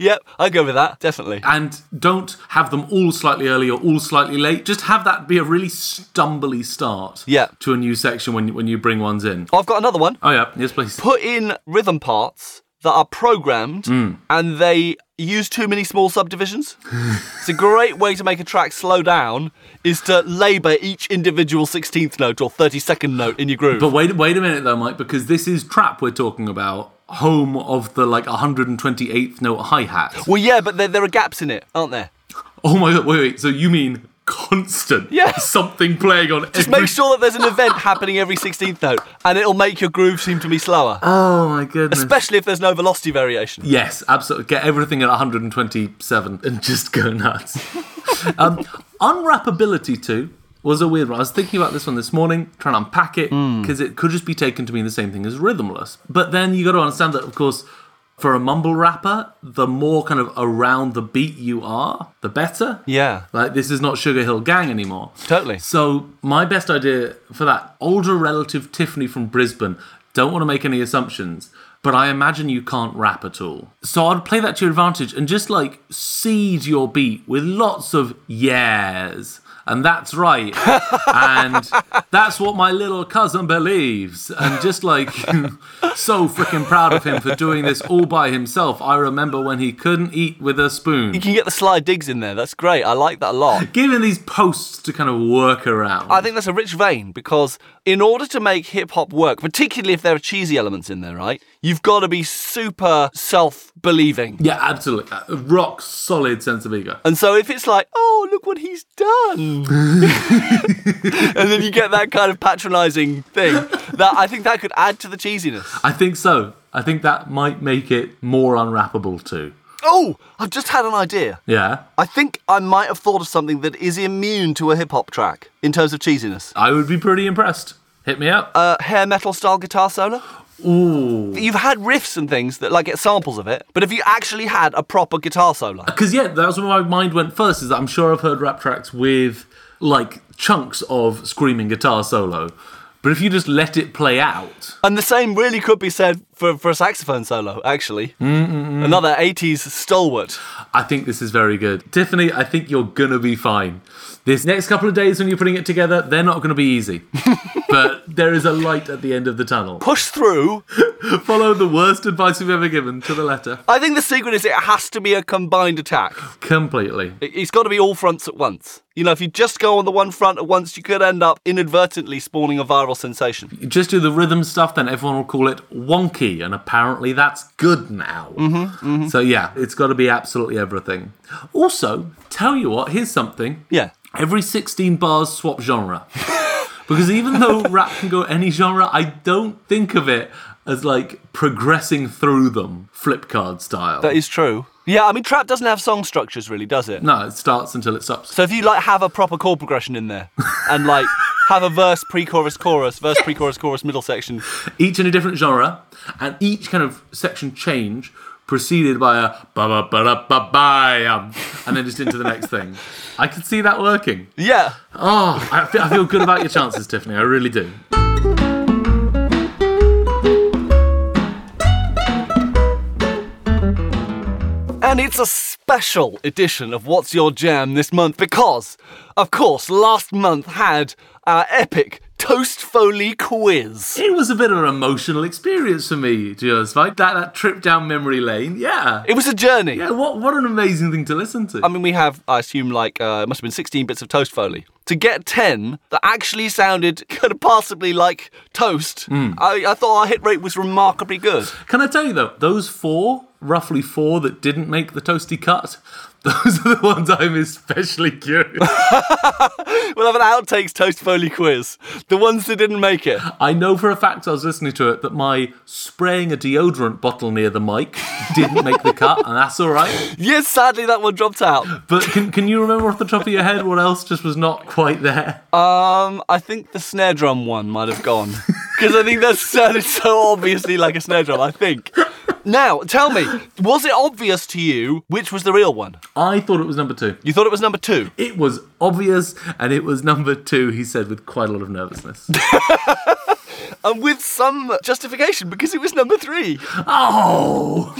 [SPEAKER 1] Yep, I go with that, definitely.
[SPEAKER 2] and don't have them all slightly early or all slightly late. Just have that be a really stumbly start.
[SPEAKER 1] Yeah.
[SPEAKER 2] To a new section when when you bring ones in.
[SPEAKER 1] I've got another one.
[SPEAKER 2] Oh yeah. Yes, please.
[SPEAKER 1] Put in rhythm parts that are programmed
[SPEAKER 2] Hmm.
[SPEAKER 1] and they use too many small subdivisions. it's a great way to make a track slow down is to labour each individual 16th note or 32nd note in your groove.
[SPEAKER 2] But Oh, wait, wait a minute though, Mike, because this is trap we're talking about. Home of the like 128th note hi hat.
[SPEAKER 1] well, yeah, but there, there are gaps in it, aren't there?
[SPEAKER 2] Oh my god, wait, wait. So you mean constant?
[SPEAKER 1] Yeah.
[SPEAKER 2] Something playing on
[SPEAKER 1] Just make sure that there's an event happening every 16th note and it'll make your groove seem to be slower.
[SPEAKER 2] Oh my goodness.
[SPEAKER 1] Especially if there's no velocity variation.
[SPEAKER 2] yes, absolutely. Get everything at 127 and just go nuts. um, unwrappability too was a weird one. I was thinking about this one this morning, trying to unpack it
[SPEAKER 1] Hmm.
[SPEAKER 2] because it could just be taken to mean the same thing as rhythmless. But then you got to understand that, of course. For a mumble rapper, the more kind of around the beat you are, the better.
[SPEAKER 1] Yeah.
[SPEAKER 2] Like this is not Sugar Hill Gang anymore.
[SPEAKER 1] Totally.
[SPEAKER 2] So my best idea for that older relative Tiffany from Brisbane. Don't want to make any assumptions, but I imagine you can't rap at all. So I'd play that to your advantage and just like seed your beat with lots of yes. And that's right. and that's what my little cousin believes. And just like so freaking proud of him for doing this all by himself. I remember when he couldn't eat with a spoon
[SPEAKER 1] You can get the sly digs in there. That's great. I like that a lot.
[SPEAKER 2] given these posts to kind of work around.
[SPEAKER 1] I think that's a rich vein because in order to make hip hop work, particularly if there are cheesy elements in there, right? You've got to be super self-believing.
[SPEAKER 2] yeah, absolutely. A rock solid sense of ego.
[SPEAKER 1] And so if it's like, oh, look what he's done. and then you get that kind of patronizing thing. That I think that could add to the cheesiness.
[SPEAKER 2] I think so. I think that might make it more unwrappable too.
[SPEAKER 1] Oh, I've just had an idea.
[SPEAKER 2] Yeah.
[SPEAKER 1] I think I might have thought of something that is immune to a hip hop track in terms of cheesiness.
[SPEAKER 2] I would be pretty impressed. Hit me up.
[SPEAKER 1] uh, hair metal style guitar solo.
[SPEAKER 2] Ooh.
[SPEAKER 1] You've had riffs and things that like get samples of it, but if you actually had a proper guitar solo,
[SPEAKER 2] Because, yeah, that was where my mind went first, is that I'm sure I've heard rap tracks with like chunks of screaming guitar solo. But if you just let it play out,
[SPEAKER 1] and the same really could be said for, for a saxophone solo, actually. Another 80s stalwart.
[SPEAKER 2] I think this is very good. Tiffany, I think you're gonna be fine. This next couple of days when you're putting it together, they're not gonna be easy. but there is a light at the end of the tunnel.
[SPEAKER 1] Push through.
[SPEAKER 2] Follow the worst advice we've ever given to the letter.
[SPEAKER 1] I think the secret is it has to be a combined attack.
[SPEAKER 2] Completely.
[SPEAKER 1] It- It's got to be all fronts at once. You know, if you just go on the one front at once, you could end up inadvertently spawning a viral sensation.
[SPEAKER 2] You just do the rhythm stuff, then everyone will call it wonky, and apparently that's good now. So, yeah, it's gotta be absolutely everything. Also, tell you what, here's something.
[SPEAKER 1] Yeah.
[SPEAKER 2] Every 16 bars swap genre. because even though rap can go any genre, I don't think of it as like progressing through them, flip card style.
[SPEAKER 1] That is true. Yeah, I mean, trap doesn't have song structures, really, does it?
[SPEAKER 2] no, it starts until it stops.
[SPEAKER 1] So if you like have a proper chord progression in there, and like have a verse, pre-chorus, chorus, verse, pre-chorus, chorus, middle section,
[SPEAKER 2] Each in a different genre, and each kind of section change preceded by a ba ba ba da ba ba um, and then just into the next thing. I can see that working.
[SPEAKER 1] yeah,
[SPEAKER 2] Oh, I feel, I feel good about your chances, Tiffany. I really do.
[SPEAKER 1] And it's a special edition of What's Your Jam this month because, of course, last month had our epic Toast Foley quiz.
[SPEAKER 2] It was a bit of an emotional experience for me, to be honest. Like that, that trip down memory lane. Yeah.
[SPEAKER 1] It was a journey.
[SPEAKER 2] Yeah, what, what an amazing thing to listen to.
[SPEAKER 1] I mean, we have, I assume, like, uh, it must have been 16 bits of Toast Foley. To get 10 that actually sounded kind of passably like toast, I, I thought our hit rate was remarkably good.
[SPEAKER 2] Can I tell you though, those four, roughly four that didn't make the toasty cut, those are the ones I'm especially curious.
[SPEAKER 1] We'll have an outtakes Toast Foley quiz. The ones that didn't make it.
[SPEAKER 2] I know for a fact I was listening to it that my spraying a deodorant bottle near the mic didn't make the cut, and that's all right.
[SPEAKER 1] Yes, sadly, that one dropped out.
[SPEAKER 2] But can, can you remember off the top of your head what else just was not quite there?
[SPEAKER 1] Um, I think the snare drum one might have gone because I think that sounded so obviously like a snare drum. I think. Now, tell me, was it obvious to you which was the real one?
[SPEAKER 2] I thought it was number two.
[SPEAKER 1] You thought it was number two.
[SPEAKER 2] It was obvious, and it was number two, he said with quite a lot of nervousness.
[SPEAKER 1] And with some justification because it was number three.
[SPEAKER 2] oh!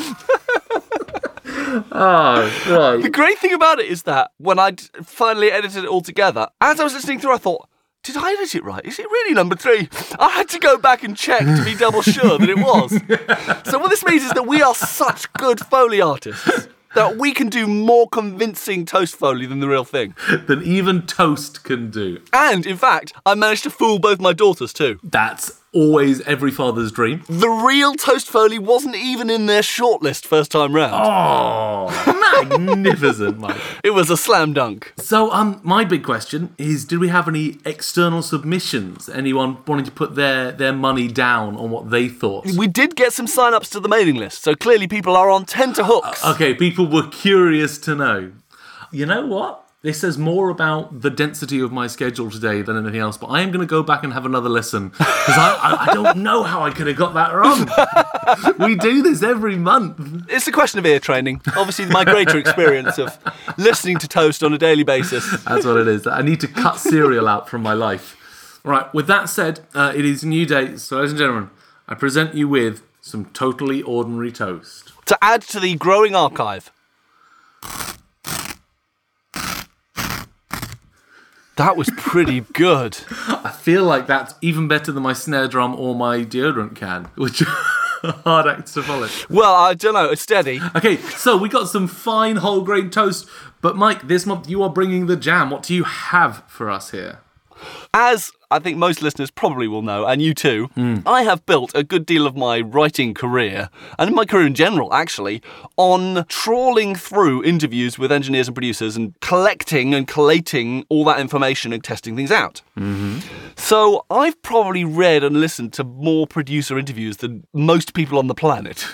[SPEAKER 2] oh,
[SPEAKER 1] The
[SPEAKER 2] right.
[SPEAKER 1] great thing about it is that when I d- finally edited it all together, as I was listening through, I thought, did I edit it right? Is it really number three? I had to go back and check to be double sure that it was. so, what this means is that we are such good Foley artists that we can do more convincing toast Foley than the real thing.
[SPEAKER 2] Than even toast can do.
[SPEAKER 1] And, in fact, I managed to fool both my daughters too.
[SPEAKER 2] That's always every father's dream.
[SPEAKER 1] The real toast Foley wasn't even in their shortlist first time round.
[SPEAKER 2] Oh, magnificent, Mike.
[SPEAKER 1] It was a slam dunk.
[SPEAKER 2] So, um, my big question is: Did we have any external submissions? Anyone wanting to put their their money down on what they thought?
[SPEAKER 1] We did get some sign ups to the mailing list, so clearly people are on tenterhooks.
[SPEAKER 2] Okay, people were curious to know. You know what? This says more about the density of my schedule today than anything else. But I am going to go back and have another listen because I, I, I don't know how I could have got that wrong. we do this every month.
[SPEAKER 1] It's a question of ear training. Obviously, my greater experience of listening to Toast on a daily basis.
[SPEAKER 2] That's what it is. I need to cut cereal out from my life. Right, with that said, uh, it is a new day. So, ladies and gentlemen, I present you with some totally ordinary toast.
[SPEAKER 1] To add to the growing archive. That was pretty good.
[SPEAKER 2] I feel like that's even better than my snare drum or my deodorant can, which are hard acts to follow.
[SPEAKER 1] Well, I don't know, it's steady.
[SPEAKER 2] Okay, so we got some fine whole grain toast. But, Mike, this month you are bringing the jam. What do you have for us here?
[SPEAKER 1] As I think most listeners probably will know, and you too, I have built a good deal of my writing career, and my career in general, actually, on trawling through interviews with engineers and producers and collecting and collating all that information and testing things out. So I've probably read and listened to more producer interviews than most people on the planet.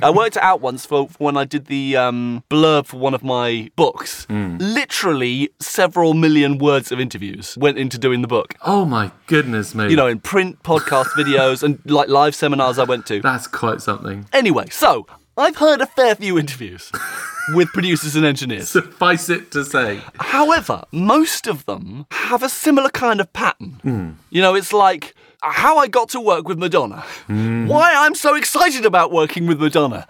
[SPEAKER 1] I worked it out once for, for when I did the um, blurb for one of my books. Literally, several million words of interviews went into doing the book.
[SPEAKER 2] Oh, my goodness me.
[SPEAKER 1] You know, in print, podcast, videos, and like live seminars I went to.
[SPEAKER 2] that's quite something.
[SPEAKER 1] Anyway, so I've heard a fair few interviews with producers and engineers.
[SPEAKER 2] Suffice it to say.
[SPEAKER 1] However, most of them have a similar kind of pattern. You know, it's like how I got to work with Madonna, why I'm so excited about working with Madonna,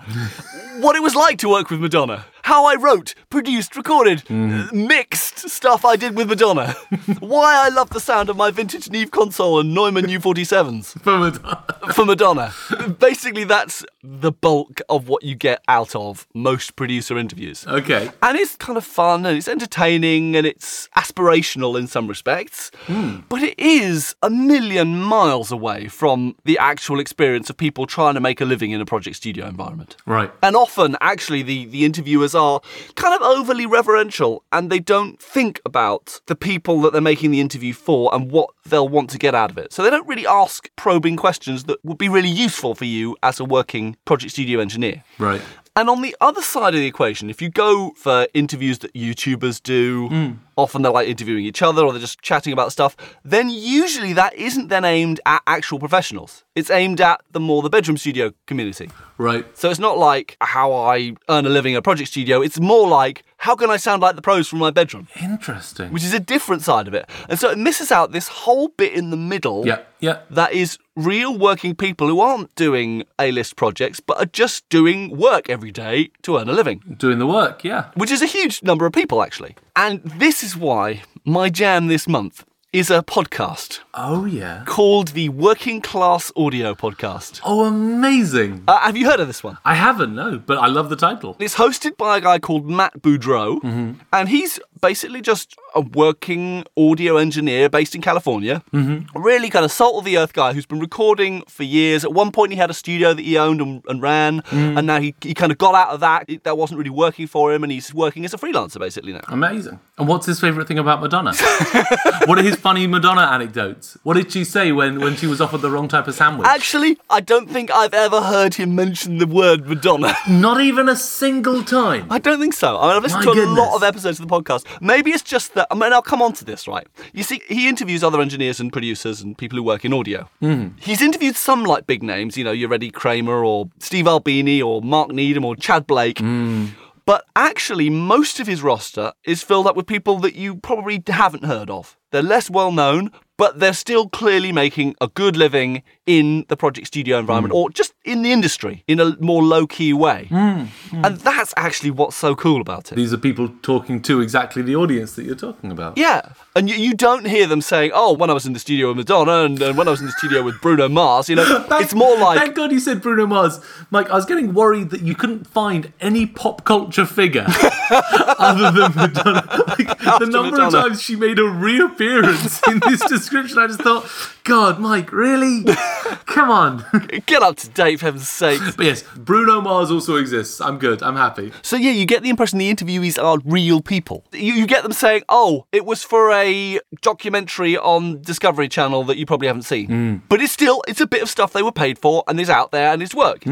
[SPEAKER 1] what it was like to work with Madonna, how I wrote, produced, recorded, mixed stuff I did with Madonna, why I love the sound of my vintage Neve console and Neumann U47s
[SPEAKER 2] From a-
[SPEAKER 1] for Madonna. Basically, that's the bulk of what you get out of most producer interviews.
[SPEAKER 2] Okay.
[SPEAKER 1] And it's kind of fun and it's entertaining and it's aspirational in some respects. But it is a million miles away from the actual experience of people trying to make a living in a project studio environment.
[SPEAKER 2] Right.
[SPEAKER 1] And often, actually, the, the interviewers are kind of overly reverential and they don't think about the people that they're making the interview for and what they'll want to get out of it. So they don't really ask probing questions that would be really useful for you as a working project studio engineer.
[SPEAKER 2] Right.
[SPEAKER 1] And on the other side of the equation, if you go for interviews that YouTubers do, often they're like interviewing each other or they're just chatting about stuff, then usually that isn't then aimed at actual professionals. It's aimed at the more the bedroom studio community.
[SPEAKER 2] Right.
[SPEAKER 1] So it's not like how I earn a living at a project studio, it's more like how can I sound like the pros from my bedroom,
[SPEAKER 2] Interesting.
[SPEAKER 1] which is a different side of it. And so it misses out this whole bit in the middle
[SPEAKER 2] yeah. Yeah.
[SPEAKER 1] that is real working people who aren't doing A list projects but are just doing work every day to earn a living,
[SPEAKER 2] Doing the work. Yeah.
[SPEAKER 1] which is a huge number of people actually. And this is why my jam this month is a podcast
[SPEAKER 2] Oh yeah.
[SPEAKER 1] called the Working Class Audio Podcast.
[SPEAKER 2] Oh, amazing.
[SPEAKER 1] Uh, have you heard of this one?
[SPEAKER 2] I haven't no, but I love the title.
[SPEAKER 1] It's hosted by a guy called Matt Boudreau, and he's basically just a working audio engineer based in California. Mm-hmm. Really kind of salt of the earth guy who's been recording for years. At one point, he had a studio that he owned and, and ran, and now he, he kind of got out of that. It- that wasn't really working for him, and he's working as a freelancer basically now.
[SPEAKER 2] Amazing. And what's his favourite thing about Madonna? what are his funny Madonna anecdotes? What did she say when, when she was offered the wrong type of sandwich?
[SPEAKER 1] Actually, I don't think I've ever heard him mention the word Madonna.
[SPEAKER 2] Not even a single time.
[SPEAKER 1] I don't think so. I mean, I've listened
[SPEAKER 2] My
[SPEAKER 1] to a lot
[SPEAKER 2] goodness.
[SPEAKER 1] of episodes of the podcast. Maybe it's just that. I mean, I'll come on to this, right? You see, he interviews other engineers and producers and people who work in audio.
[SPEAKER 2] Hmm.
[SPEAKER 1] He's interviewed some like big names, you know, your Eddie Kramer or Steve Albini or Mark Needham or Chad Blake. But actually, most of his roster is filled up with people that you probably haven't heard of. They're less well known, but they're still clearly making a good living in the project studio environment or just in the industry in a more low key way. And that's actually what's so cool about it.
[SPEAKER 2] These are people talking to exactly the audience that you're talking about.
[SPEAKER 1] Yeah. And you, you don't hear them saying, oh, when I was in the studio with Madonna and, and when I was in the studio with Bruno Mars, you know,
[SPEAKER 2] Thank-
[SPEAKER 1] it's more like.
[SPEAKER 2] Thank God you said Bruno Mars. Mike, I was getting worried that you couldn't find any pop culture figure other than Madonna. Like, the number of
[SPEAKER 1] Madonna.
[SPEAKER 2] times she made a reappearance in this description, I just thought, God, Mike, really? Come on.
[SPEAKER 1] Get up to date, for heaven's sake.
[SPEAKER 2] But yes, Bruno Mars also exists. I'm good. I'm happy.
[SPEAKER 1] So yeah, you get the impression the interviewees are real people. You, you get them saying, "Oh, it was for a documentary on Discovery Channel that you probably haven't seen," but it's still it's a bit of stuff they were paid for and is out there and it's work.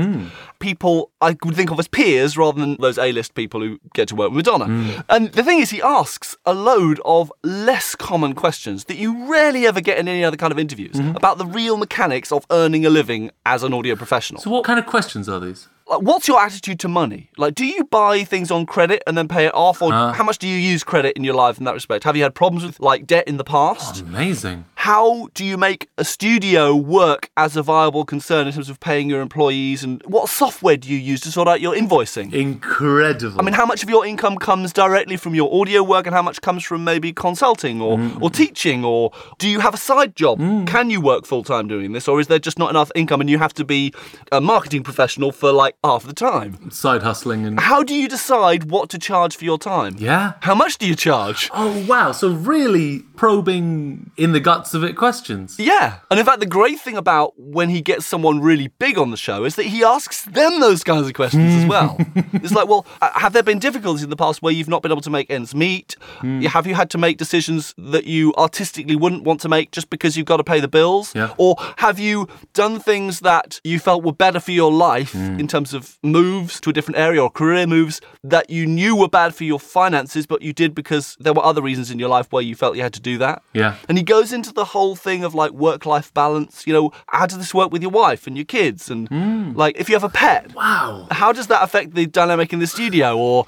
[SPEAKER 1] People I would think of as peers rather than those A-list people who get to work with Madonna. And the thing is, he asks a load of less common questions that you rarely ever get in any other kind of interviews about the real mechanics of earning a living as an audio professional
[SPEAKER 2] So, what kind of questions are these?
[SPEAKER 1] like, what's your attitude to money? Like, do you buy things on credit and then pay it off, or how much do you use credit in your life in that respect? Have you had problems with like debt in the
[SPEAKER 2] Um.
[SPEAKER 1] past?
[SPEAKER 2] Amazing.
[SPEAKER 1] How do you make a studio work as a viable concern in terms of paying your employees? And what software do you use to sort out your invoicing?
[SPEAKER 2] Incredible.
[SPEAKER 1] I mean, how much of your income comes directly from your audio work and how much comes from maybe consulting or, or teaching? Or do you have a side job? Can you work full time doing this? Or is there just not enough income and you have to be a marketing professional for like half the time?
[SPEAKER 2] side hustling and.
[SPEAKER 1] How do you decide what to charge for your time?
[SPEAKER 2] Yeah.
[SPEAKER 1] How much do you charge?
[SPEAKER 2] Oh, wow. So, really probing in the guts of it questions.
[SPEAKER 1] Yeah. And in fact, the great thing about when he gets someone really big on the show is that he asks them those kinds of questions as well. It's like, well, uh, have there been difficulties in the past where you've not been able to make ends meet?
[SPEAKER 2] Hmm.
[SPEAKER 1] Have you had to make decisions that you artistically wouldn't want to make just because you've got to pay the bills?
[SPEAKER 2] Yeah.
[SPEAKER 1] Or have you done things that you felt were better for your life
[SPEAKER 2] Hmm.
[SPEAKER 1] in terms of moves to a different area or career moves that you knew were bad for your finances, but you did because there were other reasons in your life where you felt you had to do that?
[SPEAKER 2] Yeah.
[SPEAKER 1] And he goes into the whole thing of like work life balance. You know, how does this work with your wife and your kids? And like, if you have a pet,
[SPEAKER 2] Wow.
[SPEAKER 1] how does that affect the dynamic in the studio? Or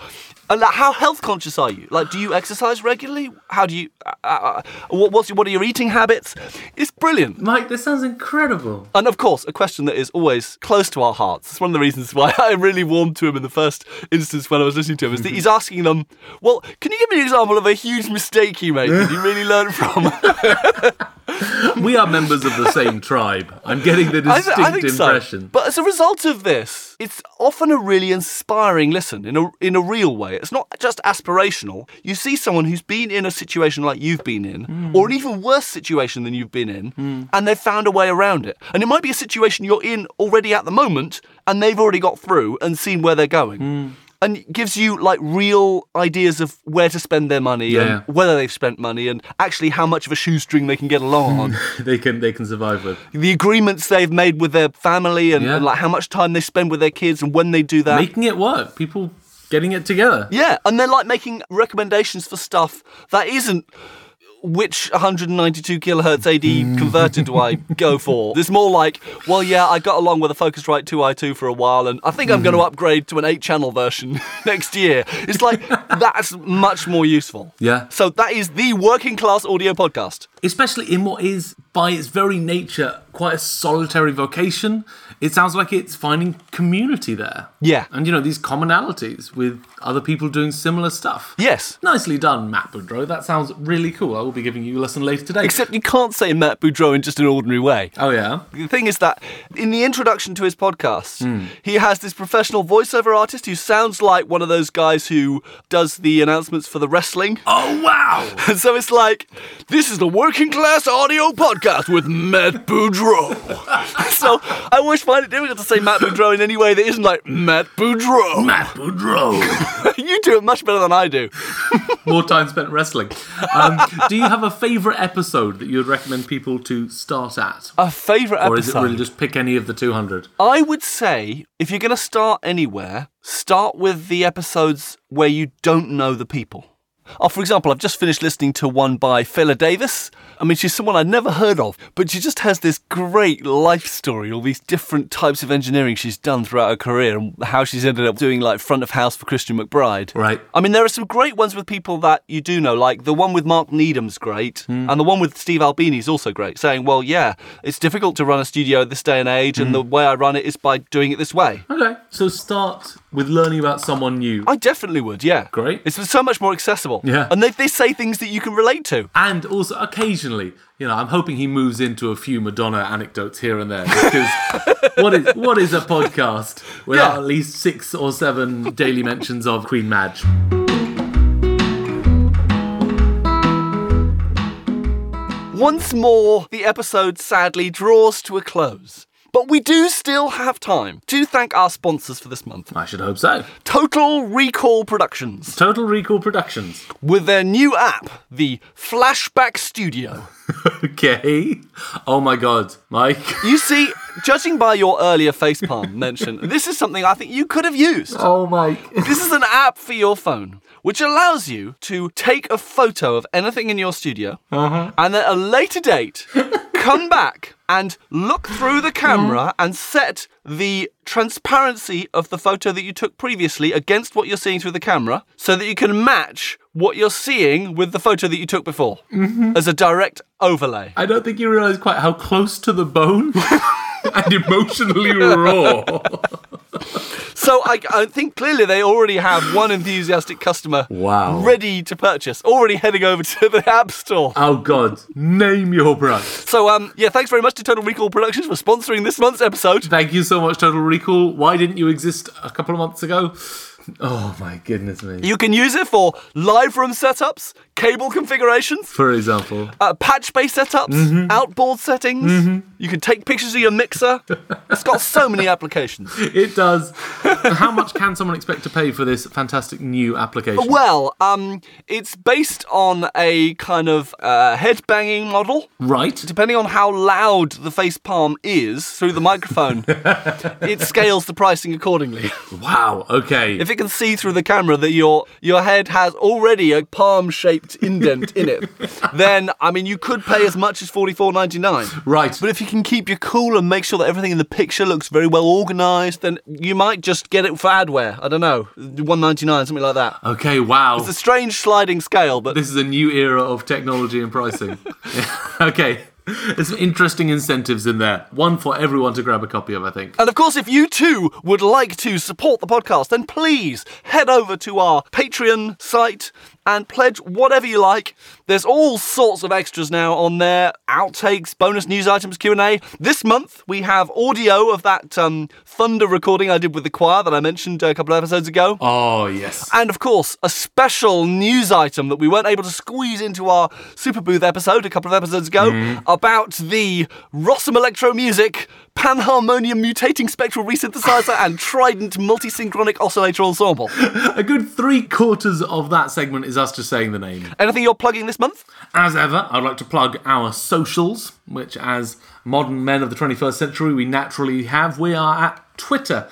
[SPEAKER 1] and like, how health conscious are you? Like, do you exercise regularly? How do you? Uh, uh, what, what's your, what are your eating habits? It's brilliant.
[SPEAKER 2] Mike, this sounds incredible.
[SPEAKER 1] And of course, a question that is always close to our hearts. It's one of the reasons why I really warmed to him in the first instance when I was listening to him. Is that he's asking them, "Well, can you give me an example of a huge mistake you made that you really learned from?"
[SPEAKER 2] We are members of the same tribe. I'm getting the
[SPEAKER 1] I, th-
[SPEAKER 2] distinct
[SPEAKER 1] I think so.
[SPEAKER 2] impression.
[SPEAKER 1] But as a result of this, it's often a really inspiring listen in a in a real way. It's not just aspirational. You see someone who's been in a situation like you've been in,
[SPEAKER 2] Hmm.
[SPEAKER 1] or an even worse situation than you've been in, and they've found a way around it. And it might be
[SPEAKER 2] Hmm.
[SPEAKER 1] a situation you're in already at the moment, and they've already got through and seen where they're going. and gives you like real ideas of where to spend their money
[SPEAKER 2] Yeah.
[SPEAKER 1] and whether they've spent money and actually how much of a shoestring they can get along on.
[SPEAKER 2] they can they can survive with.
[SPEAKER 1] the agreements they've made with their family and,
[SPEAKER 2] Yeah.
[SPEAKER 1] and, like how much time they spend with their kids and when they do that.
[SPEAKER 2] Making it work. People getting it together.
[SPEAKER 1] yeah, and they're like making recommendations for stuff that isn't which 192 kilohertz AD converter do I go for? It's more like, well, yeah, I got along with a Focusrite 2i2 for a while, and I think I'm
[SPEAKER 2] Mm-hmm.
[SPEAKER 1] going to upgrade to an eight-channel version next year. It's like that's much more useful.
[SPEAKER 2] Yeah.
[SPEAKER 1] So that is the working class audio podcast.
[SPEAKER 2] especially in what is by its very nature quite a solitary vocation it sounds like it's finding community there
[SPEAKER 1] Yeah.
[SPEAKER 2] and you know these commonalities with other people doing similar stuff
[SPEAKER 1] Yes.
[SPEAKER 2] nicely done matt boudreau that sounds really cool i will be giving you a lesson later today
[SPEAKER 1] Except you can't say Matt Boudreau in just an ordinary way.
[SPEAKER 2] oh yeah
[SPEAKER 1] The thing is that in the introduction to his podcast,
[SPEAKER 2] Hmm.
[SPEAKER 1] he has this professional voiceover artist who sounds like one of those guys who does the announcements for the wrestling.
[SPEAKER 2] oh wow
[SPEAKER 1] And so it's like, this is the working class audio podcast with Matt Boudreau. so I always find it difficult to say Matt Boudreau in any way that isn't like Matt Boudreau.
[SPEAKER 2] matt boudreau
[SPEAKER 1] you do it much better than I do.
[SPEAKER 2] more time spent wrestling um, do you have a favorite episode that you would recommend people to start at
[SPEAKER 1] A favourite episode.
[SPEAKER 2] or is it really just pick any of the 200
[SPEAKER 1] I would say if you're going to start anywhere, start with the episodes where you don't know the people. Oh, for example, I've just finished listening to one by Phila Davis. I mean, she's someone I'd never heard of, but she just has this great life story, all these different types of engineering she's done throughout her career, and how she's ended up doing like front of house for Christian McBride.
[SPEAKER 2] Right.
[SPEAKER 1] I mean, there are some great ones with people that you do know, like the one with Mark Needham's great,
[SPEAKER 2] Hmm.
[SPEAKER 1] and the one with Steve Albini is also great, saying, well, yeah, it's difficult to run a studio at this day and age,
[SPEAKER 2] Hmm.
[SPEAKER 1] and the way I run it is by doing it this way.
[SPEAKER 2] okay so start with learning about someone new
[SPEAKER 1] I definitely would, yeah.
[SPEAKER 2] Great.
[SPEAKER 1] It's so much more accessible.
[SPEAKER 2] Yeah.
[SPEAKER 1] And they, they say things that you can relate to.
[SPEAKER 2] And also, occasionally, you know, I'm hoping he moves into a few Madonna anecdotes here and there because what is what is a podcast without
[SPEAKER 1] Yeah.
[SPEAKER 2] at least six or seven daily mentions of Queen Madge?
[SPEAKER 1] Once more, the episode sadly draws to a close. But we do still have time to thank our sponsors for this month
[SPEAKER 2] I should hope so.
[SPEAKER 1] Total Recall Productions.
[SPEAKER 2] Total Recall Productions.
[SPEAKER 1] with their new app, the Flashback Studio.
[SPEAKER 2] Okay. Oh my God, Mike.
[SPEAKER 1] You see, judging by your earlier facepalm mention, this is something I think you could have used.
[SPEAKER 2] Oh Mike.
[SPEAKER 1] This is an app for your phone, which allows you to take a photo of anything in your studio and at a later date come back and look through the camera and set the transparency of the photo that you took previously against what you're seeing through the camera so that you can match what you're seeing with the photo that you took before as a direct overlay.
[SPEAKER 2] I don't think you realise quite how close to the bone and emotionally raw.
[SPEAKER 1] So I, I think clearly they already have one enthusiastic customer
[SPEAKER 2] Wow.
[SPEAKER 1] ready to purchase, already heading over to the App Store.
[SPEAKER 2] Oh God, name your brand.
[SPEAKER 1] So um, yeah, thanks very much to Total Recall Productions for sponsoring this month's episode.
[SPEAKER 2] Thank you so much, Total Recall. Why didn't you exist a couple of months ago? Oh my goodness me.
[SPEAKER 1] You can use it for live room setups, cable configurations,
[SPEAKER 2] For example,
[SPEAKER 1] uh, patch bay setups, outboard settings. You can take pictures of your mixer. it's got so many applications.
[SPEAKER 2] it does. How much can someone expect to pay for this fantastic new application?
[SPEAKER 1] Well, um, it's based on a kind of uh, head banging model.
[SPEAKER 2] Right.
[SPEAKER 1] Depending on how loud the face palm is through the microphone, it scales the pricing accordingly.
[SPEAKER 2] Wow. Okay.
[SPEAKER 1] If it can see through the camera that your your head has already a palm-shaped indent in it, then I mean you could pay as much as forty-four ninety-nine.
[SPEAKER 2] Right.
[SPEAKER 1] But if you can keep your cool and make sure that everything in the picture looks very well organised, then you might just get it for adware. I don't know, one ninety-nine, something like that.
[SPEAKER 2] Okay. Wow.
[SPEAKER 1] It's a strange sliding scale, but
[SPEAKER 2] This is a new era of technology and pricing. okay. There's some interesting incentives in there. One for everyone to grab a copy of, I think.
[SPEAKER 1] And of course, if you too would like to support the podcast, then please head over to our Patreon site and pledge whatever you like. There's all sorts of extras now on there: outtakes, bonus news items, Q and A. This month we have audio of that um, thunder recording I did with the choir that I mentioned a couple of episodes ago.
[SPEAKER 2] Oh, yes.
[SPEAKER 1] And of course, a special news item that we weren't able to squeeze into our Super Booth episode a couple of episodes ago about the Rossum Electro Music Panharmonium Mutating Spectral Resynthesizer and Trident Multisynchronic Oscillator Ensemble.
[SPEAKER 2] A good three quarters of that segment is us just saying the name.
[SPEAKER 1] Anything you're plugging this month?
[SPEAKER 2] As ever, I'd like to plug our socials, which, as modern men of the 21st century, we naturally have. We are at Twitter.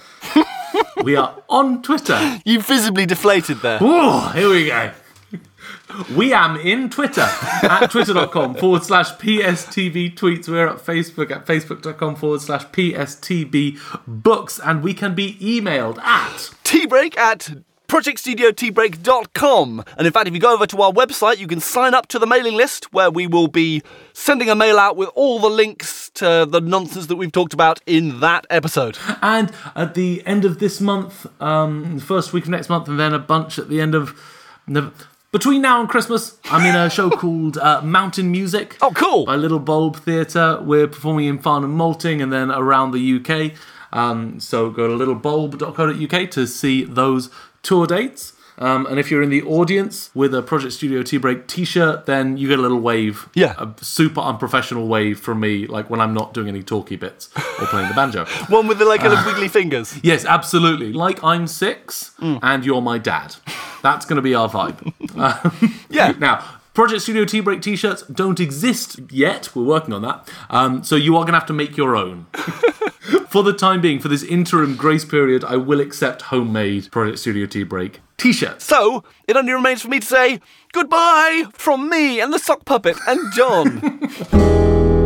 [SPEAKER 2] we are on Twitter.
[SPEAKER 1] You visibly deflated there.
[SPEAKER 2] Oh, here we go. We am in Twitter at twitter.com forward slash PSTB tweets. We're at Facebook at facebook.com forward slash PSTB books, and we can be emailed at.
[SPEAKER 1] Tea Break at projectstudiotbreak.com. And in fact, if you go over to our website, you can sign up to the mailing list where we will be sending a mail out with all the links to the nonsense that we've talked about in that episode.
[SPEAKER 2] And at the end of this month, um, first week of next month, and then a bunch at the end of. Nov- Between now and Christmas, I'm in a show called uh, Mountain Music.
[SPEAKER 1] Oh, cool.
[SPEAKER 2] by Little Bulb Theatre. We're performing in Farnham Malting and then around the UK. Um, so go to littlebulb.co.uk to see those tour dates. Um, and if you're in the audience with a Project Studio Tea Break t shirt, then you get a little wave.
[SPEAKER 1] Yeah.
[SPEAKER 2] A super unprofessional wave from me, like when I'm not doing any talky bits or playing the banjo.
[SPEAKER 1] One with the like little wiggly fingers.
[SPEAKER 2] yes, absolutely. Like I'm six and you're my dad. That's going to be our vibe.
[SPEAKER 1] Yeah.
[SPEAKER 2] Now, Project Studio Tea Break t shirts don't exist yet. We're working on that. Um, so you are going to have to make your own. for the time being, for this interim grace period, I will accept homemade Project Studio Tea Break t shirts.
[SPEAKER 1] So it only remains for me to say goodbye from me and the sock puppet and John.